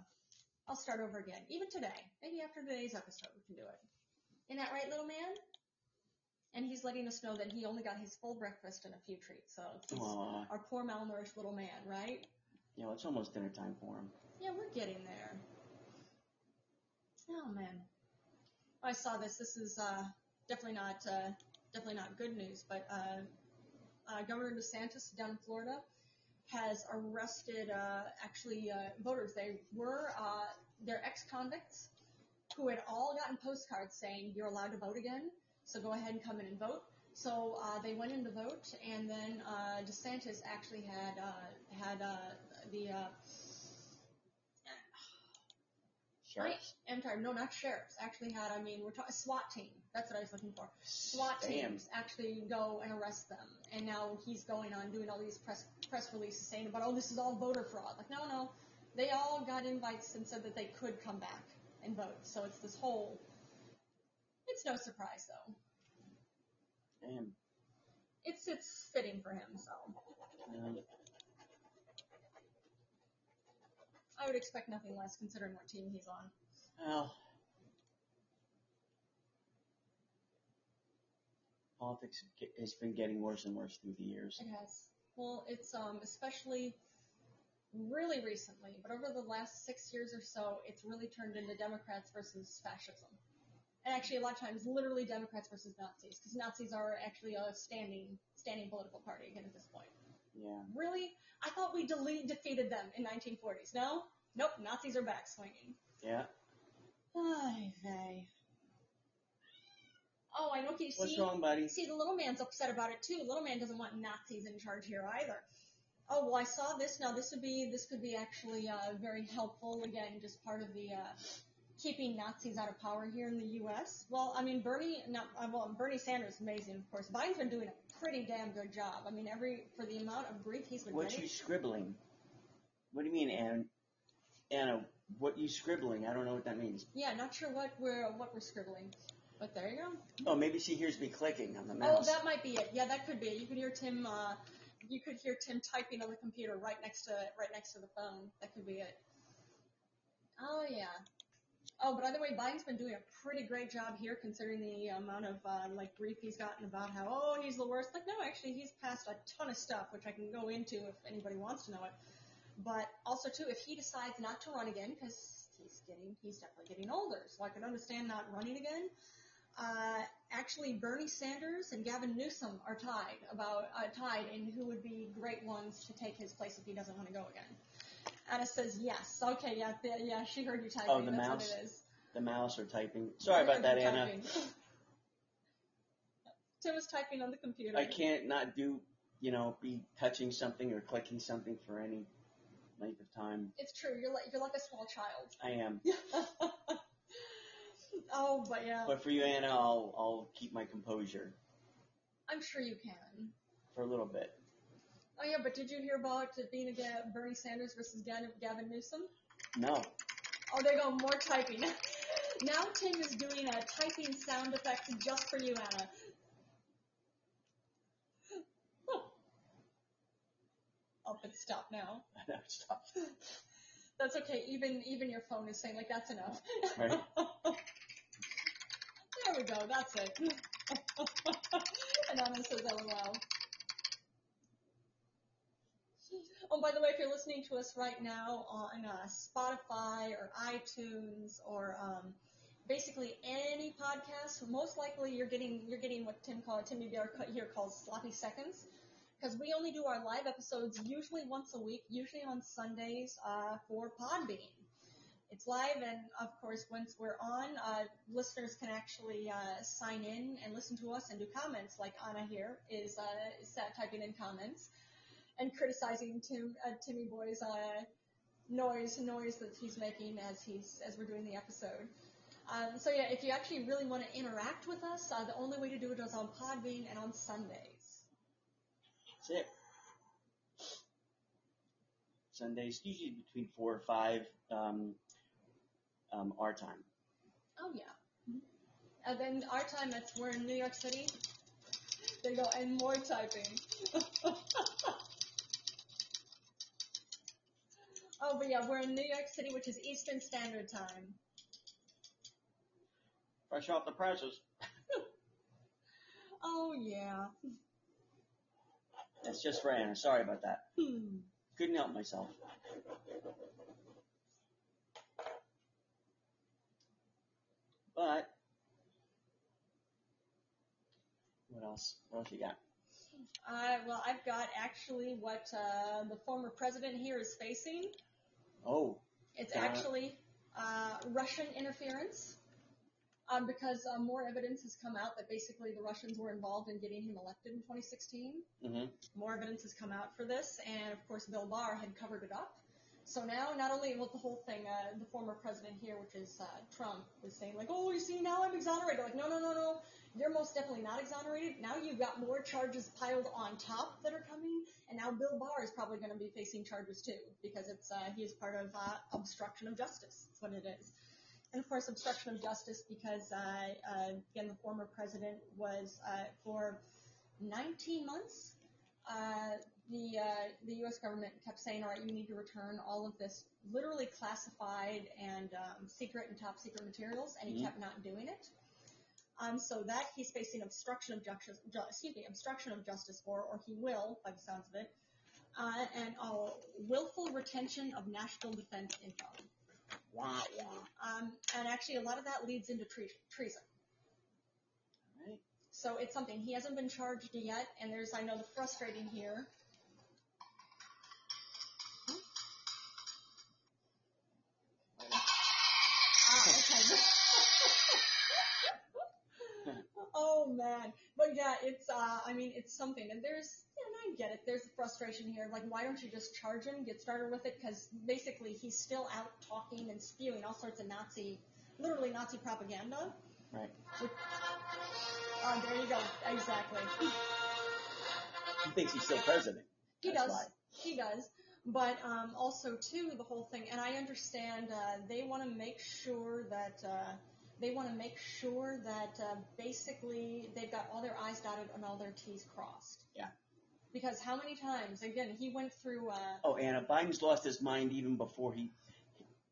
[SPEAKER 1] I'll start over again, even today. Maybe after today's episode, we can do it. Isn't that right, little man? And he's letting us know that he only got his full breakfast and a few treats. So he's
[SPEAKER 2] Aw,
[SPEAKER 1] our poor malnourished little man, right?
[SPEAKER 2] you know it's almost dinner time for him.
[SPEAKER 1] Yeah, we're getting there. Oh man, I saw this. This is uh, definitely not uh, definitely not good news. But uh, uh, Governor DeSantis down in Florida has arrested uh, actually uh, voters. They were uh, they're ex-convicts who had all gotten postcards saying you're allowed to vote again, so go ahead and come in and vote. So uh, they went in to vote, and then uh, DeSantis actually had uh, had uh, the uh,
[SPEAKER 2] Sheriffs.
[SPEAKER 1] I'm tired. No, not sheriffs. Actually, had I mean, we're talking SWAT team. That's what I was looking for. SWAT
[SPEAKER 2] Damn.
[SPEAKER 1] teams actually go and arrest them, and now he's going on doing all these press press releases saying about oh this is all voter fraud. Like no, no, they all got invites and said that they could come back and vote. So it's this whole. It's no surprise though.
[SPEAKER 2] Damn.
[SPEAKER 1] It's it's fitting for him. So
[SPEAKER 2] Um,
[SPEAKER 1] I would expect nothing less considering what team he's on.
[SPEAKER 2] well, politics ge- has been getting worse and worse through the years.
[SPEAKER 1] It has. Well, it's um, especially really recently, but over the last six years or so, it's really turned into Democrats versus fascism. And actually, a lot of times, literally Democrats versus Nazis, because Nazis are actually a standing standing political party again at this point.
[SPEAKER 2] Yeah.
[SPEAKER 1] Really, I thought we dele- defeated them in 1940s. No, nope, Nazis are back swinging.
[SPEAKER 2] Yeah.
[SPEAKER 1] Ay, vey. Oh, I know. Can you
[SPEAKER 2] What's
[SPEAKER 1] see?
[SPEAKER 2] wrong, buddy?
[SPEAKER 1] See, the little man's upset about it too. Little man doesn't want Nazis in charge here either. Oh well, I saw this. Now this would be this could be actually uh, very helpful. Again, just part of the uh, keeping Nazis out of power here in the U.S. Well, I mean Bernie, not uh, well Bernie Sanders, is amazing of course. Biden's been doing a pretty damn good job. I mean every for the amount of grief he's been
[SPEAKER 2] What
[SPEAKER 1] getting.
[SPEAKER 2] you scribbling? What do you mean, Anna? Anna, what you scribbling? I don't know what that means.
[SPEAKER 1] Yeah, not sure what we're what we're scribbling, but there you go.
[SPEAKER 2] Oh, maybe she hears me clicking on the
[SPEAKER 1] Oh,
[SPEAKER 2] mouse.
[SPEAKER 1] that might be it. Yeah, that could be. You could hear Tim. Uh, you could hear Tim typing on the computer right next to right next to the phone. That could be it. Oh yeah. Oh, but either way, Biden's been doing a pretty great job here, considering the amount of uh, like grief he's gotten about how oh he's the worst. Like no, actually he's passed a ton of stuff, which I can go into if anybody wants to know it. But also too, if he decides not to run again, because he's getting he's definitely getting older, so I could understand not running again. Uh, actually, Bernie Sanders and Gavin Newsom are tied about uh, tied in who would be great ones to take his place if he doesn't want to go again. Anna says yes. Okay, yeah, th- yeah, she heard you typing.
[SPEAKER 2] Oh, the
[SPEAKER 1] That's
[SPEAKER 2] mouse.
[SPEAKER 1] what it is.
[SPEAKER 2] The mouse or typing. Sorry about that, Anna.
[SPEAKER 1] (laughs) Tim was typing on the computer.
[SPEAKER 2] I can't not do, you know, be touching something or clicking something for any length of time.
[SPEAKER 1] It's true. You're like you're like a small child. (laughs)
[SPEAKER 2] I am.
[SPEAKER 1] oh, but yeah,
[SPEAKER 2] But for you, Anna, I'll, I'll keep my composure
[SPEAKER 1] I'm sure you can.
[SPEAKER 2] for a little bit.
[SPEAKER 1] Oh yeah, but did you hear about it being a Ga- Bernie Sanders versus Gan- Gavin Newsom?
[SPEAKER 2] No. (laughs)
[SPEAKER 1] Oh, there you go, more typing. (laughs) now Tim is doing a typing sound effect just for you, Anna. Oh. Up and stop now. (laughs)
[SPEAKER 2] No, Stop.
[SPEAKER 1] That's okay. Even even your phone is saying like that's enough.
[SPEAKER 2] Right.
[SPEAKER 1] there we go. That's it. (laughs) and Anna says LOL. Oh, by the way, if you're listening to us right now on uh, Spotify or iTunes or um, basically any podcast, most likely you're getting you're getting what Tim call Tim Udyar ca- here calls sloppy seconds because we only do our live episodes usually once a week, usually on Sundays uh, for Podbean. It's live, and of course, once we're on, uh, listeners can actually uh, sign in and listen to us and do comments. Like Anna here is uh, sat typing in comments and criticizing Tim uh, Timmy Boy's uh, noise noise that he's making as he's as we're doing the episode. Um, so yeah, if you actually really want to interact with us, uh, the only way to do it is on Podbean and on Sundays.
[SPEAKER 2] That's it. Sundays, usually between 4 or 5 um, um, our time.
[SPEAKER 1] Oh yeah. And then our time that's we're in New York City. There you go, and more typing. (laughs) oh, but yeah, we're in New York City, which is Eastern Standard Time.
[SPEAKER 2] Fresh off the presses.
[SPEAKER 1] Oh yeah.
[SPEAKER 2] That's just right, Anna. Sorry about that.
[SPEAKER 1] Hmm.
[SPEAKER 2] Couldn't help myself. But what else? What else you got?
[SPEAKER 1] Uh, well, I've got actually what uh, the former president here is facing.
[SPEAKER 2] Oh,
[SPEAKER 1] It's
[SPEAKER 2] Got it.
[SPEAKER 1] actually uh, Russian interference um, because uh, more evidence has come out that basically the Russians were involved in getting him elected in 2016.
[SPEAKER 2] mm-hmm.
[SPEAKER 1] More evidence has come out for this, and of course, Bill Barr had covered it up. So now, not only was the whole thing, uh, the former president here, which is uh, Trump, was saying like, "Oh, you see, now I'm exonerated." Like, no, no, no, no, you're most definitely not exonerated. Now you've got more charges piled on top that are coming, and now Bill Barr is probably going to be facing charges too because it's uh, he is part of uh, obstruction of justice. That's what it is. And of course, obstruction of justice because uh, uh, again, the former president was uh, for 19 months uh, the uh, the U.S. government kept saying, "All right, you need to return all of this literally classified and um, secret and top secret materials," and he
[SPEAKER 2] Mhm.
[SPEAKER 1] kept not doing it. Um, so that he's facing obstruction of justice. Ju- excuse me, obstruction of justice, or or he will, by the sounds of it, uh, and uh, willful retention of national defense info.
[SPEAKER 2] Wow, wow.
[SPEAKER 1] Um, and actually, a lot of that leads into tre- treason.
[SPEAKER 2] Right.
[SPEAKER 1] So it's something he hasn't been charged yet, and there's I know the frustrating here. Ah, okay. oh man, but yeah, it's uh, I mean, it's something, and there's, and I get it. There's a frustration here. Like, why don't you just charge him, get started with it? Because basically, he's still out talking and spewing all sorts of Nazi, literally Nazi propaganda.
[SPEAKER 2] Right.
[SPEAKER 1] Oh, there you go. Exactly.
[SPEAKER 2] He thinks he's still president.
[SPEAKER 1] He
[SPEAKER 2] That's
[SPEAKER 1] does.
[SPEAKER 2] why.
[SPEAKER 1] He does. But um, also too the whole thing, and I understand uh, they want to make sure that uh, they want to make sure that uh, basically they've got all their I's dotted and all their T's crossed.
[SPEAKER 2] Yeah.
[SPEAKER 1] Because how many times? Again, he went through. Uh,
[SPEAKER 2] Oh, Anna, Biden's lost his mind even before he,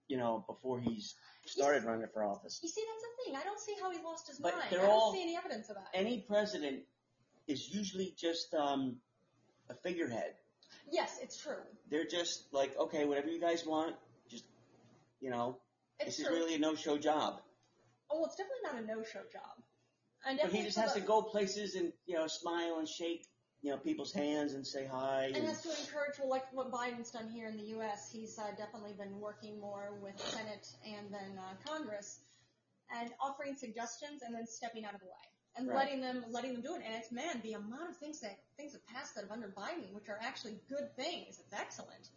[SPEAKER 2] you know, before he's started running for office.
[SPEAKER 1] you see, that's the thing. I don't see how he lost his
[SPEAKER 2] But
[SPEAKER 1] mind.
[SPEAKER 2] they're
[SPEAKER 1] I don't
[SPEAKER 2] all-
[SPEAKER 1] see any evidence of that.
[SPEAKER 2] Any president is usually just um, a figurehead.
[SPEAKER 1] yes, it's true.
[SPEAKER 2] They're just like, okay, whatever you guys want, just, you know,
[SPEAKER 1] It's
[SPEAKER 2] this is
[SPEAKER 1] true.
[SPEAKER 2] really a no-show job.
[SPEAKER 1] oh, well, it's definitely not a no-show job. And
[SPEAKER 2] But
[SPEAKER 1] definitely
[SPEAKER 2] he just
[SPEAKER 1] for
[SPEAKER 2] has
[SPEAKER 1] the-
[SPEAKER 2] to go places and you know smile and shake you know people's hands and say hi.
[SPEAKER 1] And
[SPEAKER 2] And,
[SPEAKER 1] that's to encourage, well, like what Biden's done here in the U.S., he's uh, definitely been working more with Senate and then uh, Congress, and offering suggestions and then stepping out of the way and
[SPEAKER 2] Right.
[SPEAKER 1] letting them letting them do it. And it's man, the amount of things that things that passed that have under Biden, which are actually good things, it's excellent.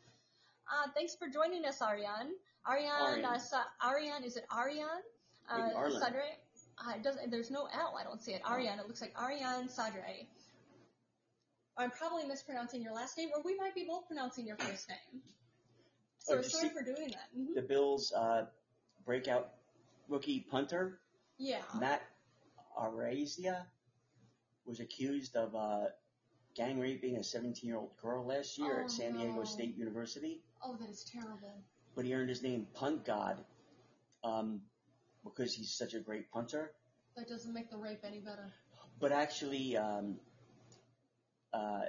[SPEAKER 1] Uh, thanks for joining us, Ariane. Ariane,
[SPEAKER 2] Ariane.
[SPEAKER 1] uh, Sa- Ariane, is it Ariane?
[SPEAKER 2] Maybe
[SPEAKER 1] Uh,
[SPEAKER 2] Arlen.
[SPEAKER 1] Sadre? Uh, it doesn't, there's no L. I don't see it. Ariane. It looks like Ariane Sadre. I'm probably mispronouncing your last name, or we might be both pronouncing your first name. So
[SPEAKER 2] Oh, did Uh, you
[SPEAKER 1] sorry
[SPEAKER 2] see-
[SPEAKER 1] for doing that. Mhm.
[SPEAKER 2] the Bills' uh, breakout rookie punter
[SPEAKER 1] Yeah.
[SPEAKER 2] Matt Arezia was accused of uh, gang raping a 17-year-old girl last year
[SPEAKER 1] Oh,
[SPEAKER 2] at San Diego
[SPEAKER 1] no.
[SPEAKER 2] State University.
[SPEAKER 1] Oh, that is terrible.
[SPEAKER 2] But he earned his name Punt God um, because he's such a great punter.
[SPEAKER 1] That doesn't make the rape any better.
[SPEAKER 2] But actually, um, uh,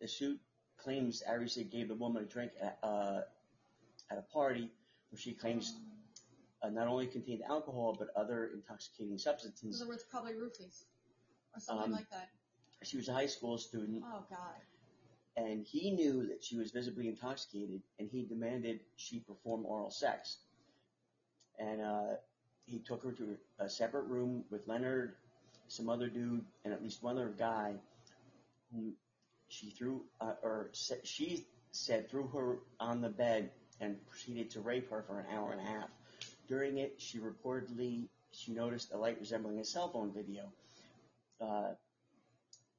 [SPEAKER 2] the suit claims Arisa gave the woman a drink at, uh, at a party where she claims uh, not only contained alcohol but other intoxicating
[SPEAKER 1] In
[SPEAKER 2] substances.
[SPEAKER 1] other words, probably roofies or something
[SPEAKER 2] Um,
[SPEAKER 1] like that.
[SPEAKER 2] She was a high school student,
[SPEAKER 1] Oh God.
[SPEAKER 2] and he knew that she was visibly intoxicated, and he demanded she perform oral sex. and uh, he took her to a separate room with Leonard, some other dude, and at least one other guy, whom she threw uh, or sa- she said threw her on the bed and proceeded to rape her for an hour and a half. During it, she reportedly she noticed a light resembling a cell phone video. Uh,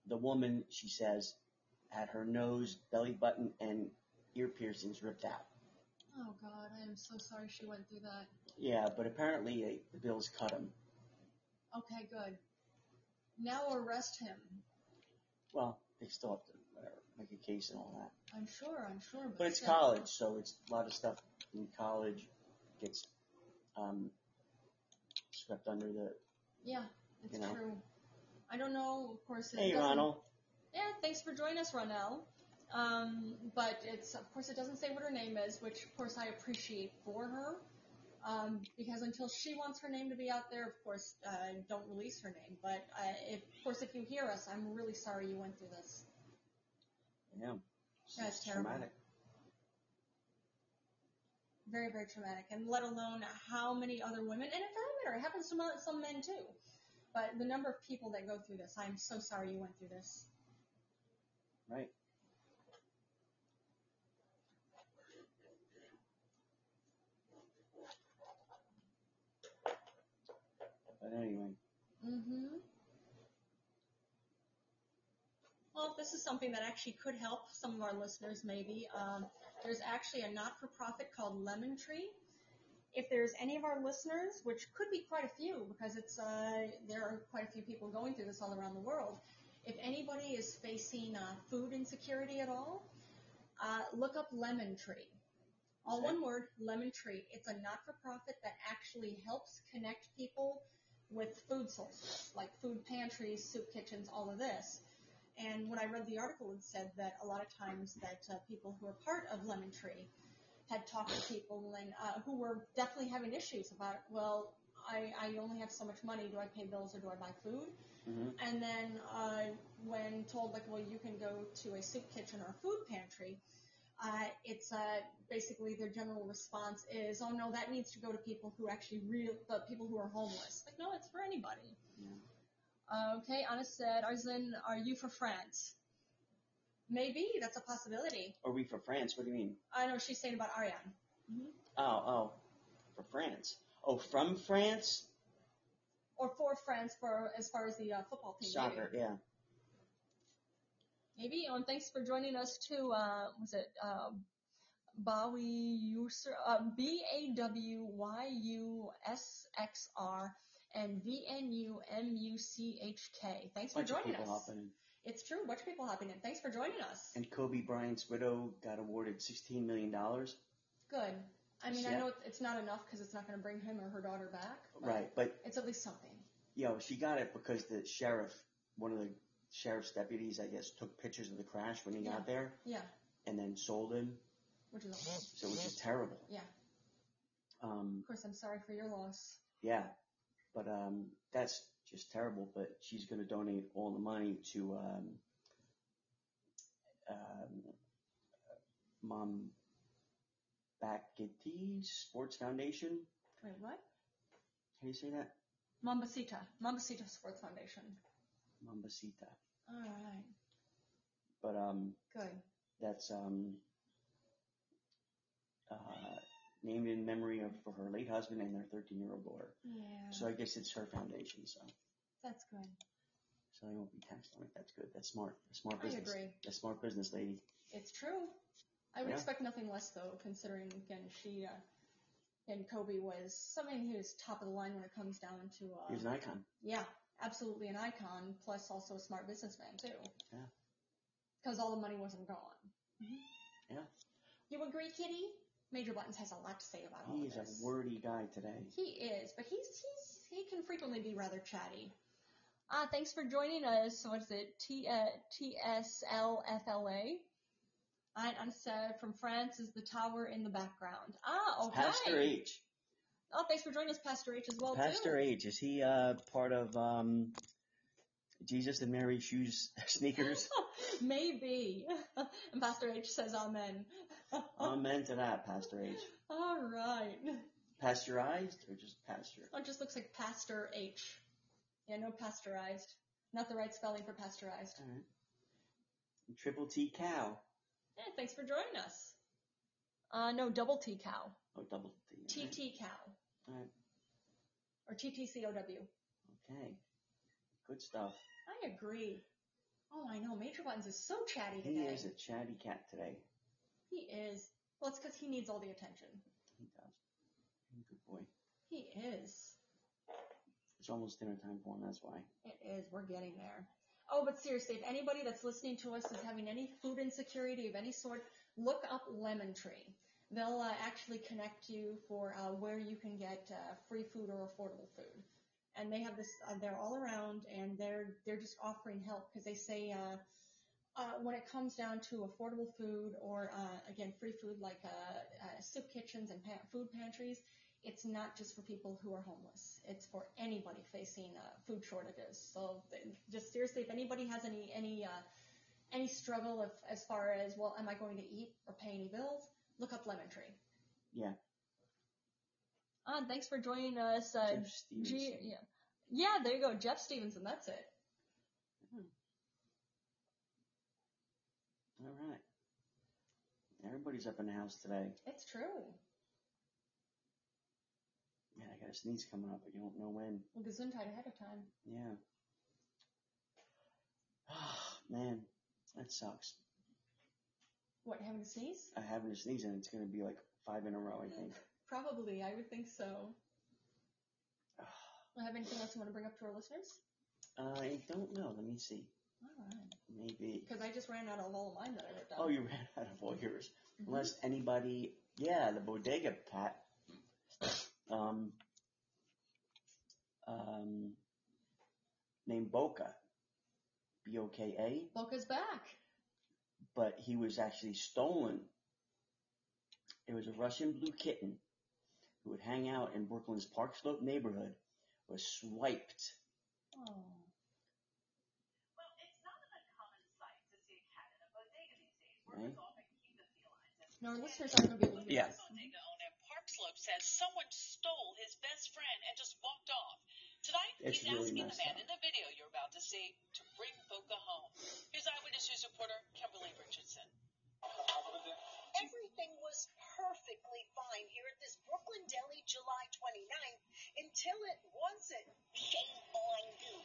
[SPEAKER 2] the woman, she says, had her nose, belly button, and ear piercings ripped out.
[SPEAKER 1] Oh God, I am so sorry she went through that.
[SPEAKER 2] Yeah, but apparently eh, the Bills cut him.
[SPEAKER 1] Okay, good. Now arrest him.
[SPEAKER 2] Well, they still have to whatever, make a case and all that.
[SPEAKER 1] I'm sure, I'm sure. But,
[SPEAKER 2] But it's
[SPEAKER 1] still.
[SPEAKER 2] college, so it's a lot of stuff in college gets um, swept under the.
[SPEAKER 1] Yeah, it's
[SPEAKER 2] You know.
[SPEAKER 1] true. I don't know, of course. It
[SPEAKER 2] Hey,
[SPEAKER 1] doesn't-
[SPEAKER 2] Ronald.
[SPEAKER 1] Yeah, thanks for joining us, Ronell. Um, but it's of course it doesn't say what her name is, which of course I appreciate for her, um, because until she wants her name to be out there, of course, uh, don't release her name. But uh, if, of course, if you hear us, I'm really sorry you went through this.
[SPEAKER 2] Yeah.
[SPEAKER 1] That's
[SPEAKER 2] It's
[SPEAKER 1] terrible.
[SPEAKER 2] traumatic.
[SPEAKER 1] Very, very traumatic, and let alone how many other women, and for that matter, it happens to mo- some men too. But the number of people that go through this, I'm so sorry you went through this.
[SPEAKER 2] Right. But anyway,
[SPEAKER 1] Mm-hmm. Well, if this is something that actually could help some of our listeners, maybe, um, there's actually a not-for-profit called Lemon Tree. If there's any of our listeners, which could be quite a few, because it's uh, there are quite a few people going through this all around the world. If anybody is facing uh, food insecurity at all, uh, look up Lemon Tree. All
[SPEAKER 2] Okay.
[SPEAKER 1] one word, Lemon Tree. It's a not for profit that actually helps connect people with food sources, like food pantries, soup kitchens, all of this. And when I read the article, it said that a lot of times that uh, people who are part of Lemon Tree had talked to people and uh, who were definitely having issues about, well, I, I only have so much money. Do I pay bills or do I buy food?
[SPEAKER 2] hmm
[SPEAKER 1] And then uh, when told like, well, you can go to a soup kitchen or a food pantry, uh, it's uh, basically their general response is, oh no, that needs to go to people who actually real, the people who are homeless. Like, no, it's for anybody.
[SPEAKER 2] Yeah.
[SPEAKER 1] Okay, Anna said, Arzen, are you for France? Maybe that's a possibility.
[SPEAKER 2] Are we for France? What do you mean?
[SPEAKER 1] I know she's saying about Ariane.
[SPEAKER 2] Oh, oh, for France. Oh, from France?
[SPEAKER 1] Or for France, for as far as the uh, football team.
[SPEAKER 2] Soccer, yeah.
[SPEAKER 1] Maybe. Maybe. Oh, and thanks for joining us too. Uh, was it uh, Bawi Yusr, uh, B A W Y U S X R, and V N U M U C H K. Thanks for
[SPEAKER 2] Bunch of
[SPEAKER 1] joining
[SPEAKER 2] people
[SPEAKER 1] us.
[SPEAKER 2] hopping in.
[SPEAKER 1] It's true. Bunch of people hopping in. Thanks for joining us.
[SPEAKER 2] And Kobe Bryant's widow got awarded $16 million.
[SPEAKER 1] Good. I mean, I
[SPEAKER 2] Yeah.
[SPEAKER 1] know it's- it's not enough because it's not going to bring him or her daughter back. but
[SPEAKER 2] Right, but
[SPEAKER 1] It's at least something.
[SPEAKER 2] you know, she got it because the sheriff, one of the sheriff's deputies, I guess, took pictures of the crash when he got there
[SPEAKER 1] Yeah,
[SPEAKER 2] and then sold him.
[SPEAKER 1] which is awesome.
[SPEAKER 2] So it was just terrible.
[SPEAKER 1] Yeah.
[SPEAKER 2] Um,
[SPEAKER 1] Of course, I'm sorry for your loss.
[SPEAKER 2] yeah. But um, that's just terrible. But she's going to donate all the money to um, um, Mom Bakiti Sports Foundation.
[SPEAKER 1] Wait, what?
[SPEAKER 2] Can you say that?
[SPEAKER 1] Mambasita. Mambasita Sports Foundation.
[SPEAKER 2] Mambasita.
[SPEAKER 1] All right.
[SPEAKER 2] But um,
[SPEAKER 1] Good.
[SPEAKER 2] that's um, uh, named in memory of for her late husband and their 13 year old daughter.
[SPEAKER 1] Yeah.
[SPEAKER 2] So I guess it's her foundation. So
[SPEAKER 1] That's good.
[SPEAKER 2] so they won't be taxed on it. That's good. That's smart. That's smart
[SPEAKER 1] I
[SPEAKER 2] business.
[SPEAKER 1] agree.
[SPEAKER 2] That's smart business, lady.
[SPEAKER 1] It's true. I would
[SPEAKER 2] Yeah.
[SPEAKER 1] expect nothing less, though, considering again she uh, and Kobe was something who is top of the line when it comes down to uh,
[SPEAKER 2] He was an icon.
[SPEAKER 1] yeah, absolutely an icon, plus also a smart businessman too.
[SPEAKER 2] Yeah.
[SPEAKER 1] Because all the money wasn't gone.
[SPEAKER 2] Yeah.
[SPEAKER 1] You agree, Kitty? Major Buttons has a lot to say about all
[SPEAKER 2] He
[SPEAKER 1] of
[SPEAKER 2] is a
[SPEAKER 1] this.
[SPEAKER 2] wordy guy today.
[SPEAKER 1] He is, but he's he's he can frequently be rather chatty. Ah, thanks for joining us. What is it? T uh, T S L F L A. I I said from France is the tower in the background. Ah, okay.
[SPEAKER 2] Pastor H.
[SPEAKER 1] Oh, thanks for joining us, Pastor H, as well
[SPEAKER 2] Pastor
[SPEAKER 1] too.
[SPEAKER 2] H. Is he uh, part of um, Jesus and Mary shoes (laughs)
[SPEAKER 1] (laughs)
[SPEAKER 2] sneakers?
[SPEAKER 1] Maybe. (laughs) and Pastor H says Amen. (laughs)
[SPEAKER 2] Amen to that, Pastor H.
[SPEAKER 1] All right.
[SPEAKER 2] Pasteurized or just pasture?
[SPEAKER 1] Oh, it just looks like Pastor H. Yeah, no pasteurized. Not the right spelling for pasteurized.
[SPEAKER 2] All right. And triple T cow.
[SPEAKER 1] And thanks for joining us. Uh, no, double T cow.
[SPEAKER 2] Oh, double T. all right.
[SPEAKER 1] TT cow.
[SPEAKER 2] All right.
[SPEAKER 1] Or TTCOW.
[SPEAKER 2] Okay. Good stuff.
[SPEAKER 1] I agree. Oh, I know. Major Buttons is so chatty
[SPEAKER 2] He
[SPEAKER 1] today.
[SPEAKER 2] is a chatty cat today.
[SPEAKER 1] He is. Well, it's because he needs all the attention.
[SPEAKER 2] He does. He's a Good boy.
[SPEAKER 1] He is.
[SPEAKER 2] It's almost dinner time for him. That's why.
[SPEAKER 1] It is. We're getting there. Oh, but seriously, if anybody that's listening to us is having any food insecurity of any sort, look up Lemon Tree. They'll uh, actually connect you for uh, where you can get uh, free food or affordable food. And they have this. Uh, they're all around, and they're they're just offering help because they say uh, uh, when it comes down to affordable food or uh, again free food like uh, uh, soup kitchens and pa- food pantries, it's not just for people who are homeless. It's for anybody facing uh, food shortages. So th- just seriously, if anybody has any any uh, any struggle if, as far as well, am I going to eat or pay any bills? Look up Lemon Tree.
[SPEAKER 2] Yeah.
[SPEAKER 1] Ah, thanks for joining us, uh,
[SPEAKER 2] Jeff Stevenson.
[SPEAKER 1] G. Yeah, yeah, there you go, Jeff Stevenson. That's it.
[SPEAKER 2] All right. Everybody's up in the house today.
[SPEAKER 1] It's true.
[SPEAKER 2] Yeah, I got a sneeze coming up, but you don't know when.
[SPEAKER 1] Well, Gesundheit ahead of time.
[SPEAKER 2] Yeah. (sighs) Man, that sucks.
[SPEAKER 1] What having a sneeze?
[SPEAKER 2] I having a sneeze and it's gonna be like five in a row, I think. (sighs)
[SPEAKER 1] Probably, I would think so. Well, have anything else you want to bring up to our listeners?
[SPEAKER 2] I don't know. Let me see.
[SPEAKER 1] All right.
[SPEAKER 2] Maybe.
[SPEAKER 1] Because I just ran out of all of mine that I wrote down.
[SPEAKER 2] Oh, you ran out of all yours.
[SPEAKER 1] Mhm.
[SPEAKER 2] Unless anybody, yeah, the bodega cat. Um, um, named Boca, B O K A,
[SPEAKER 1] Boca's back.
[SPEAKER 2] but he was actually stolen. It was a Russian blue kitten who would hang out in Brooklyn's Park Slope neighborhood. Was swiped.
[SPEAKER 1] Oh.
[SPEAKER 3] Well, it's not an uncommon sight to see a cat in a bodega these days.
[SPEAKER 2] Right.
[SPEAKER 3] Workers often keep the felines. and-
[SPEAKER 1] No, our listeners aren't going to be able to do
[SPEAKER 2] Yeah.
[SPEAKER 1] this.
[SPEAKER 3] Bodega owner Park Slope says someone stole his best friend and just walked off. Tonight,
[SPEAKER 2] It's
[SPEAKER 3] he's
[SPEAKER 2] really
[SPEAKER 3] asking the
[SPEAKER 2] messed
[SPEAKER 3] man
[SPEAKER 2] up.
[SPEAKER 3] in the video you're about to see to bring Boca home. Here's Eyewitness News reporter Kimberly Richardson. Everything was perfectly fine here at this Brooklyn deli July 29th until it wasn't.
[SPEAKER 4] Shame on you.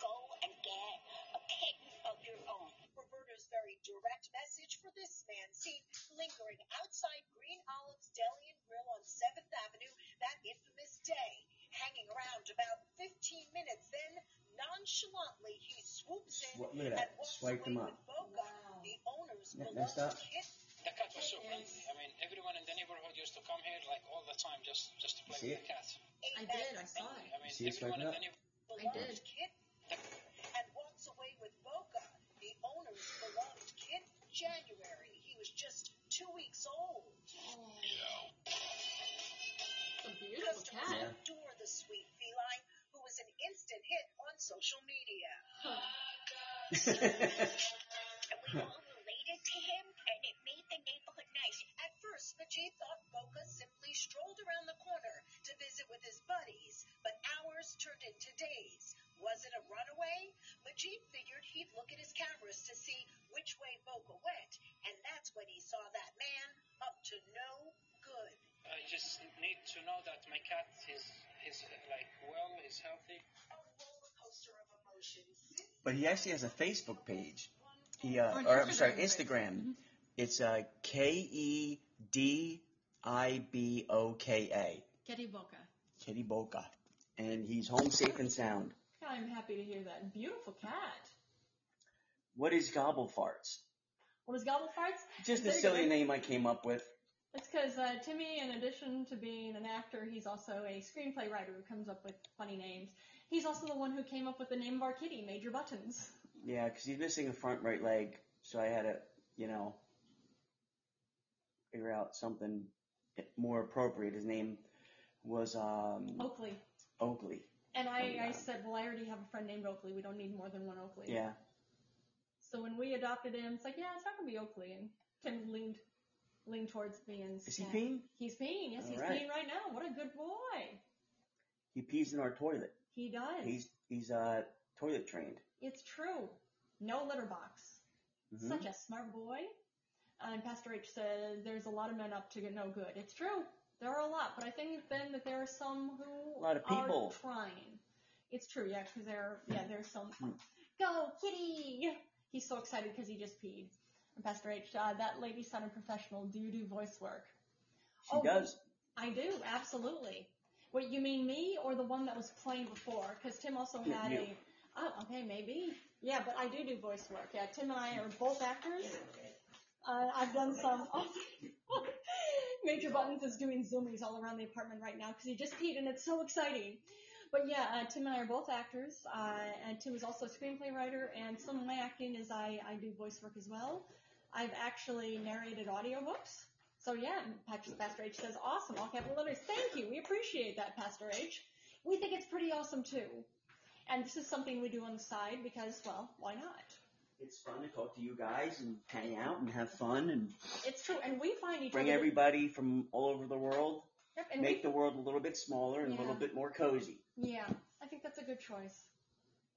[SPEAKER 4] Go and get a kitten of your own.
[SPEAKER 3] Roberta's very direct message for this man seen lingering outside Green Olive's Deli and Grill on 7th Avenue that infamous day. Hanging around about 15 minutes, then nonchalantly he swoops in
[SPEAKER 2] Swi- look at
[SPEAKER 3] and
[SPEAKER 2] that.
[SPEAKER 3] walks
[SPEAKER 2] Swiped him
[SPEAKER 3] away
[SPEAKER 2] up.
[SPEAKER 3] with Boca, the owner's
[SPEAKER 2] Isn't that messed
[SPEAKER 3] beloved
[SPEAKER 2] up?
[SPEAKER 3] kitten.
[SPEAKER 5] The cat was so friendly. I mean, everyone in the neighborhood used to come here like all the time just just to play
[SPEAKER 2] See
[SPEAKER 5] with
[SPEAKER 2] it?
[SPEAKER 5] the cat.
[SPEAKER 1] I did. I saw it.
[SPEAKER 5] I mean,
[SPEAKER 2] See, it's
[SPEAKER 5] everyone
[SPEAKER 2] like
[SPEAKER 5] in
[SPEAKER 2] that.
[SPEAKER 5] the neighborhood.
[SPEAKER 1] I did.
[SPEAKER 3] kitten and walks away with Boca, the owner's beloved kitten. January, he was just two weeks old.
[SPEAKER 1] It's a beautiful
[SPEAKER 3] Customers
[SPEAKER 1] cat.
[SPEAKER 3] adore the sweet feline, who was an instant hit on social media.
[SPEAKER 4] And we all related to him, and it made the neighborhood nice.
[SPEAKER 3] At first, the G thought Boca simply strolled around the corner to visit with his buddies, but hours turned into days. Was it a runaway? Majid figured he'd look at his cameras to see which way Boca went, and that's when he saw that man up to no good.
[SPEAKER 5] I just need to know that my cat is is uh, like well, is healthy.
[SPEAKER 3] A roller coaster of emotions. Since
[SPEAKER 2] But he actually has a Facebook page.
[SPEAKER 3] one
[SPEAKER 2] He, uh,
[SPEAKER 1] On
[SPEAKER 2] or I'm sorry,
[SPEAKER 1] Instagram, Mm-hmm.
[SPEAKER 2] Instagram. It's uh, K E D I B O K A,
[SPEAKER 1] Getty Boca.
[SPEAKER 2] Kitty Boca, and he's home safe and sound.
[SPEAKER 1] I'm happy to hear that. Beautiful cat.
[SPEAKER 2] What is gobble farts?
[SPEAKER 1] What is Gobble Farts?
[SPEAKER 2] Just a
[SPEAKER 1] There you
[SPEAKER 2] silly
[SPEAKER 1] go.
[SPEAKER 2] name I came up with.
[SPEAKER 1] It's because uh, Timmy, in addition to being an actor, he's also a screenplay writer who comes up with funny names. He's also the one who came up with the name of our kitty, Major Buttons.
[SPEAKER 2] Yeah, 'cause he's missing a front right leg, so I had to, you know, figure out something more appropriate. His name was um,
[SPEAKER 1] Oakley.
[SPEAKER 2] Oakley.
[SPEAKER 1] And I, I
[SPEAKER 2] Oh, yeah.
[SPEAKER 1] said, well, I already have a friend named Oakley. We don't need more than one Oakley.
[SPEAKER 2] Yeah,
[SPEAKER 1] So when we adopted him, it's like, yeah, it's not gonna be Oakley. And Tim leaned lean towards me and
[SPEAKER 2] Is he
[SPEAKER 1] scat.
[SPEAKER 2] peeing?
[SPEAKER 1] He's peeing. Yes, he's
[SPEAKER 2] Alright.
[SPEAKER 1] peeing right now. What a good boy.
[SPEAKER 2] He pees in our toilet.
[SPEAKER 1] He does.
[SPEAKER 2] He's he's uh toilet trained.
[SPEAKER 1] It's true. No litter box.
[SPEAKER 2] Mhm.
[SPEAKER 1] Such a smart boy. Uh, And Pastor H says there's a lot of men up to no good. It's true. There are a lot, but I think then that there are some who
[SPEAKER 2] A lot of people.
[SPEAKER 1] are trying. It's true, yeah, because there, are- yeah, there's some.
[SPEAKER 2] Mm.
[SPEAKER 1] Go, kitty! He's so excited because he just peed. And Pastor H, uh, that lady sounded professional. Do you do voice work?
[SPEAKER 2] She
[SPEAKER 1] Oh.
[SPEAKER 2] does.
[SPEAKER 1] I do, absolutely. Wait, you mean me or the one that was playing before? Because Tim also
[SPEAKER 2] Yeah,
[SPEAKER 1] had
[SPEAKER 2] you.
[SPEAKER 1] a. Oh, okay, maybe. Yeah, but I do do voice work. Yeah, Tim and I are both actors. Uh, I've done some. (laughs) Oh, Major Buttons is doing zoomies all around the apartment right now because he just peed and it's so exciting. But yeah, uh, Tim and I are both actors. Uh, and Tim is also a screenplay writer, and some of my acting is I, I do voice work as well. I've actually narrated audiobooks. So yeah, Pat- Pastor H says, awesome, all capital letters. Thank you. We appreciate that, Pastor H. We think it's pretty awesome too. And this is something we do on the side because, well, why not?
[SPEAKER 2] It's fun to talk to you guys and hang out and have fun and
[SPEAKER 1] It's true. And we find each
[SPEAKER 2] bring
[SPEAKER 1] other.
[SPEAKER 2] everybody from all over the world,
[SPEAKER 1] Yep, and
[SPEAKER 2] make
[SPEAKER 1] we,
[SPEAKER 2] the world a little bit smaller and a little
[SPEAKER 1] Yeah.
[SPEAKER 2] bit more cozy.
[SPEAKER 1] yeah, I think that's a good choice.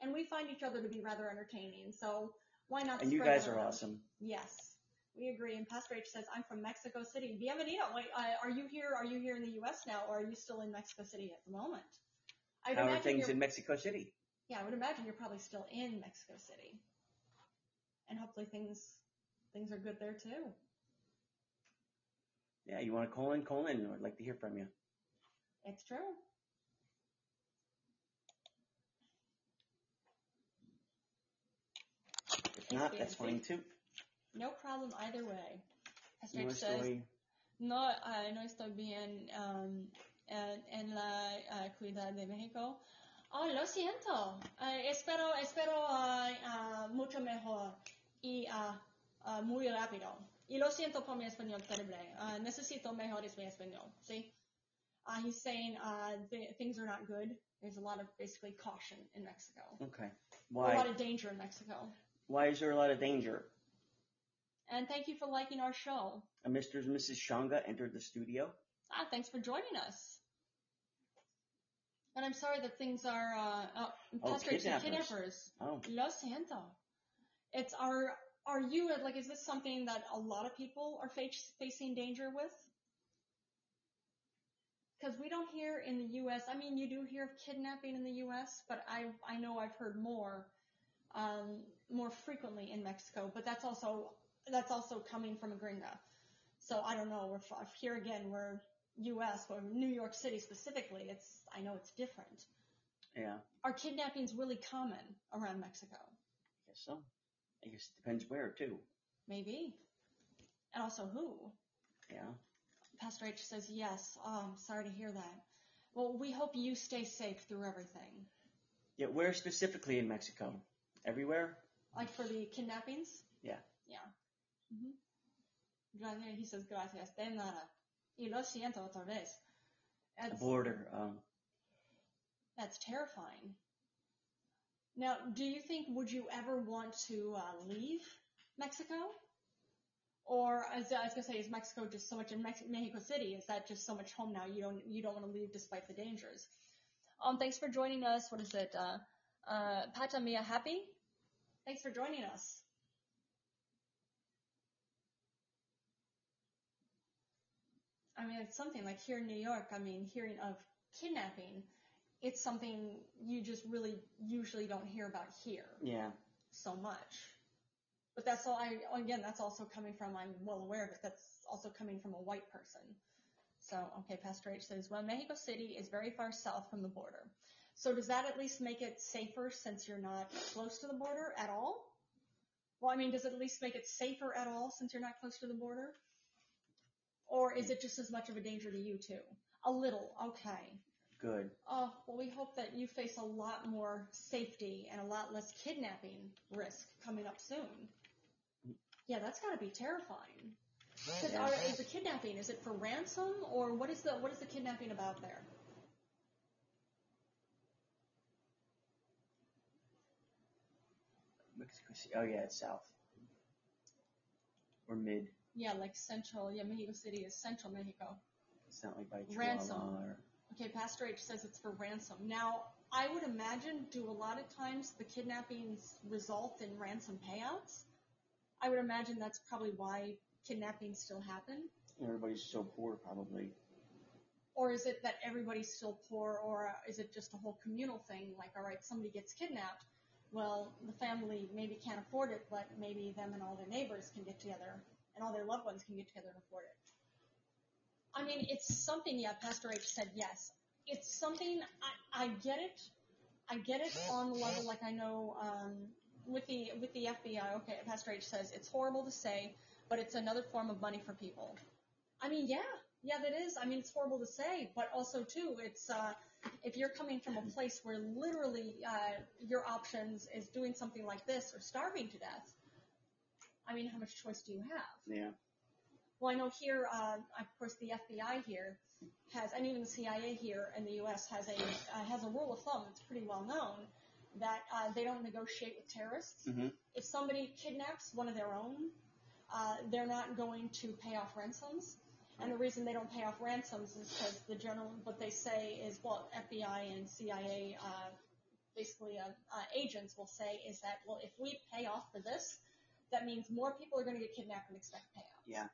[SPEAKER 1] And we find each other to be rather entertaining. So why not?
[SPEAKER 2] And you
[SPEAKER 1] spread it
[SPEAKER 2] guys are
[SPEAKER 1] around?
[SPEAKER 2] awesome.
[SPEAKER 1] Yes, we agree. And Pastor H says, I'm from Mexico City. Bienvenido. Wait, uh, are you here? Are you here in the U.S. now, or are you still in Mexico City at the moment? I would
[SPEAKER 2] How are
[SPEAKER 1] imagine
[SPEAKER 2] things
[SPEAKER 1] you're-
[SPEAKER 2] in Mexico City?
[SPEAKER 1] Yeah, I would imagine you're probably still in Mexico City, and hopefully things things are good there too.
[SPEAKER 2] Yeah, you want to call in? Call in. I'd like to hear from you.
[SPEAKER 1] It's true.
[SPEAKER 2] If not, Ah, that's fine too.
[SPEAKER 1] No problem either way. Pastor
[SPEAKER 2] No
[SPEAKER 1] H says,
[SPEAKER 2] story.
[SPEAKER 1] No, uh, no estoy bien um, en, en la uh, Cuidad de México. Oh, lo siento. Eh, espero, espero ah, ah, mucho mejor y ah, ah, muy rápido. Y lo siento por mi español terrible. Ah, necesito mejores mi español. See? Uh, he's saying uh, th- things are not good. There's a lot of basically caution in Mexico.
[SPEAKER 2] Okay.
[SPEAKER 1] A
[SPEAKER 2] Why?
[SPEAKER 1] lot of danger in Mexico.
[SPEAKER 2] Why is there a lot of danger?
[SPEAKER 1] And thank you for liking our show.
[SPEAKER 2] A Mr. and Mrs. Shanga entered the studio.
[SPEAKER 1] Ah, thanks for joining us. And I'm sorry that things are uh, oh,
[SPEAKER 2] Oh,
[SPEAKER 1] Pastor H, the
[SPEAKER 2] kidnappers.
[SPEAKER 1] kidnappers.
[SPEAKER 2] Oh,
[SPEAKER 1] Lo siento. It's are are you like is this something that a lot of people are face, facing danger with? Because we don't hear in the U.S. I mean, you do hear of kidnapping in the U.S., but I I know I've heard more um, more frequently in Mexico, but that's also that's also coming from a gringa. So I don't know if, if here again we're U.S. or New York City specifically. It's I know it's different.
[SPEAKER 2] yeah.
[SPEAKER 1] Are kidnappings really common around Mexico?
[SPEAKER 2] I guess so. I guess it depends where too.
[SPEAKER 1] Maybe. And also who?
[SPEAKER 2] Yeah.
[SPEAKER 1] Pastor H says yes. Oh, I'm sorry to hear that. Well, we hope you stay safe through everything.
[SPEAKER 2] Yeah. Where specifically in Mexico? Everywhere.
[SPEAKER 1] Like for the kidnappings?
[SPEAKER 2] Yeah.
[SPEAKER 1] Yeah. hmm Gracias. He says gracias. De nada. Y lo siento otra vez.
[SPEAKER 2] The
[SPEAKER 1] That's,
[SPEAKER 2] border. Um,
[SPEAKER 1] that's terrifying. Now, do you think, would you ever want to uh, leave Mexico? Or, as I was gonna say, is Mexico just so much in Mex- Mexico City? Is that just so much home now? You don't, you don't want to leave despite the dangers. Um, thanks for joining us. What is it? Uh, uh, Pata Mia Happy? Thanks for joining us. I mean, it's something like here in New York, I mean, hearing of kidnapping, it's something you just really usually don't hear about here
[SPEAKER 2] yeah.
[SPEAKER 1] so much. But that's all I, again, that's also coming from, I'm well aware of it, that's also coming from a white person. So, okay, Pastor H says, well, Mexico City is very far south from the border. So does that at least make it safer since you're not close to the border at all? Well, I mean, does it at least make it safer at all since you're not close to the border? Or is it just as much of a danger to you too? A little, okay.
[SPEAKER 2] Good.
[SPEAKER 1] Oh, well, we hope that you face a lot more safety and a lot less kidnapping risk coming up soon. Yeah, that's got to be terrifying. 'Cause
[SPEAKER 2] Yeah.
[SPEAKER 1] are, is the kidnapping is it for ransom or what is the what is the kidnapping about there?
[SPEAKER 2] Mexico City. Oh yeah, it's south or mid.
[SPEAKER 1] Yeah, like central. Yeah, Mexico City is central Mexico.
[SPEAKER 2] It's not like by
[SPEAKER 1] Ransom.
[SPEAKER 2] Chihuahua or
[SPEAKER 1] Okay, Pastor H says it's for ransom. Now, I would imagine, do a lot of times the kidnappings result in ransom payouts? I would imagine that's probably why kidnappings still happen.
[SPEAKER 2] everybody's so poor probably.
[SPEAKER 1] Or is it that everybody's still poor, or uh, is it just a whole communal thing? Like, all right, somebody gets kidnapped. Well, the family maybe can't afford it, but maybe them and all their neighbors can get together, and all their loved ones can get together and afford it. I mean, it's something, yeah, Pastor H said yes. It's something, I, I get it. I get it on the level, like I know um, with the with the FBI, okay, Pastor H says it's horrible to say, but it's another form of money for people. I mean, yeah, yeah, that is. I mean, it's horrible to say, but also too, it's uh, if you're coming from a place where literally uh, your options is doing something like this or starving to death. I mean, how much choice do you have?
[SPEAKER 2] Yeah.
[SPEAKER 1] Well, I know here, uh, of course, the FBI here has, and even the CIA here in the U.S. has a uh, has a rule of thumb that's pretty well known that uh, they don't negotiate with terrorists.
[SPEAKER 2] Mhm.
[SPEAKER 1] If somebody kidnaps one of their own, uh, they're not going to pay off ransoms. And the reason they don't pay off ransoms is because the general, what they say is, well, FBI and CIA, uh, basically, uh, uh, agents will say is that, well, if we pay off for this, that means more people are going to get kidnapped and expect payoff.
[SPEAKER 2] Yeah.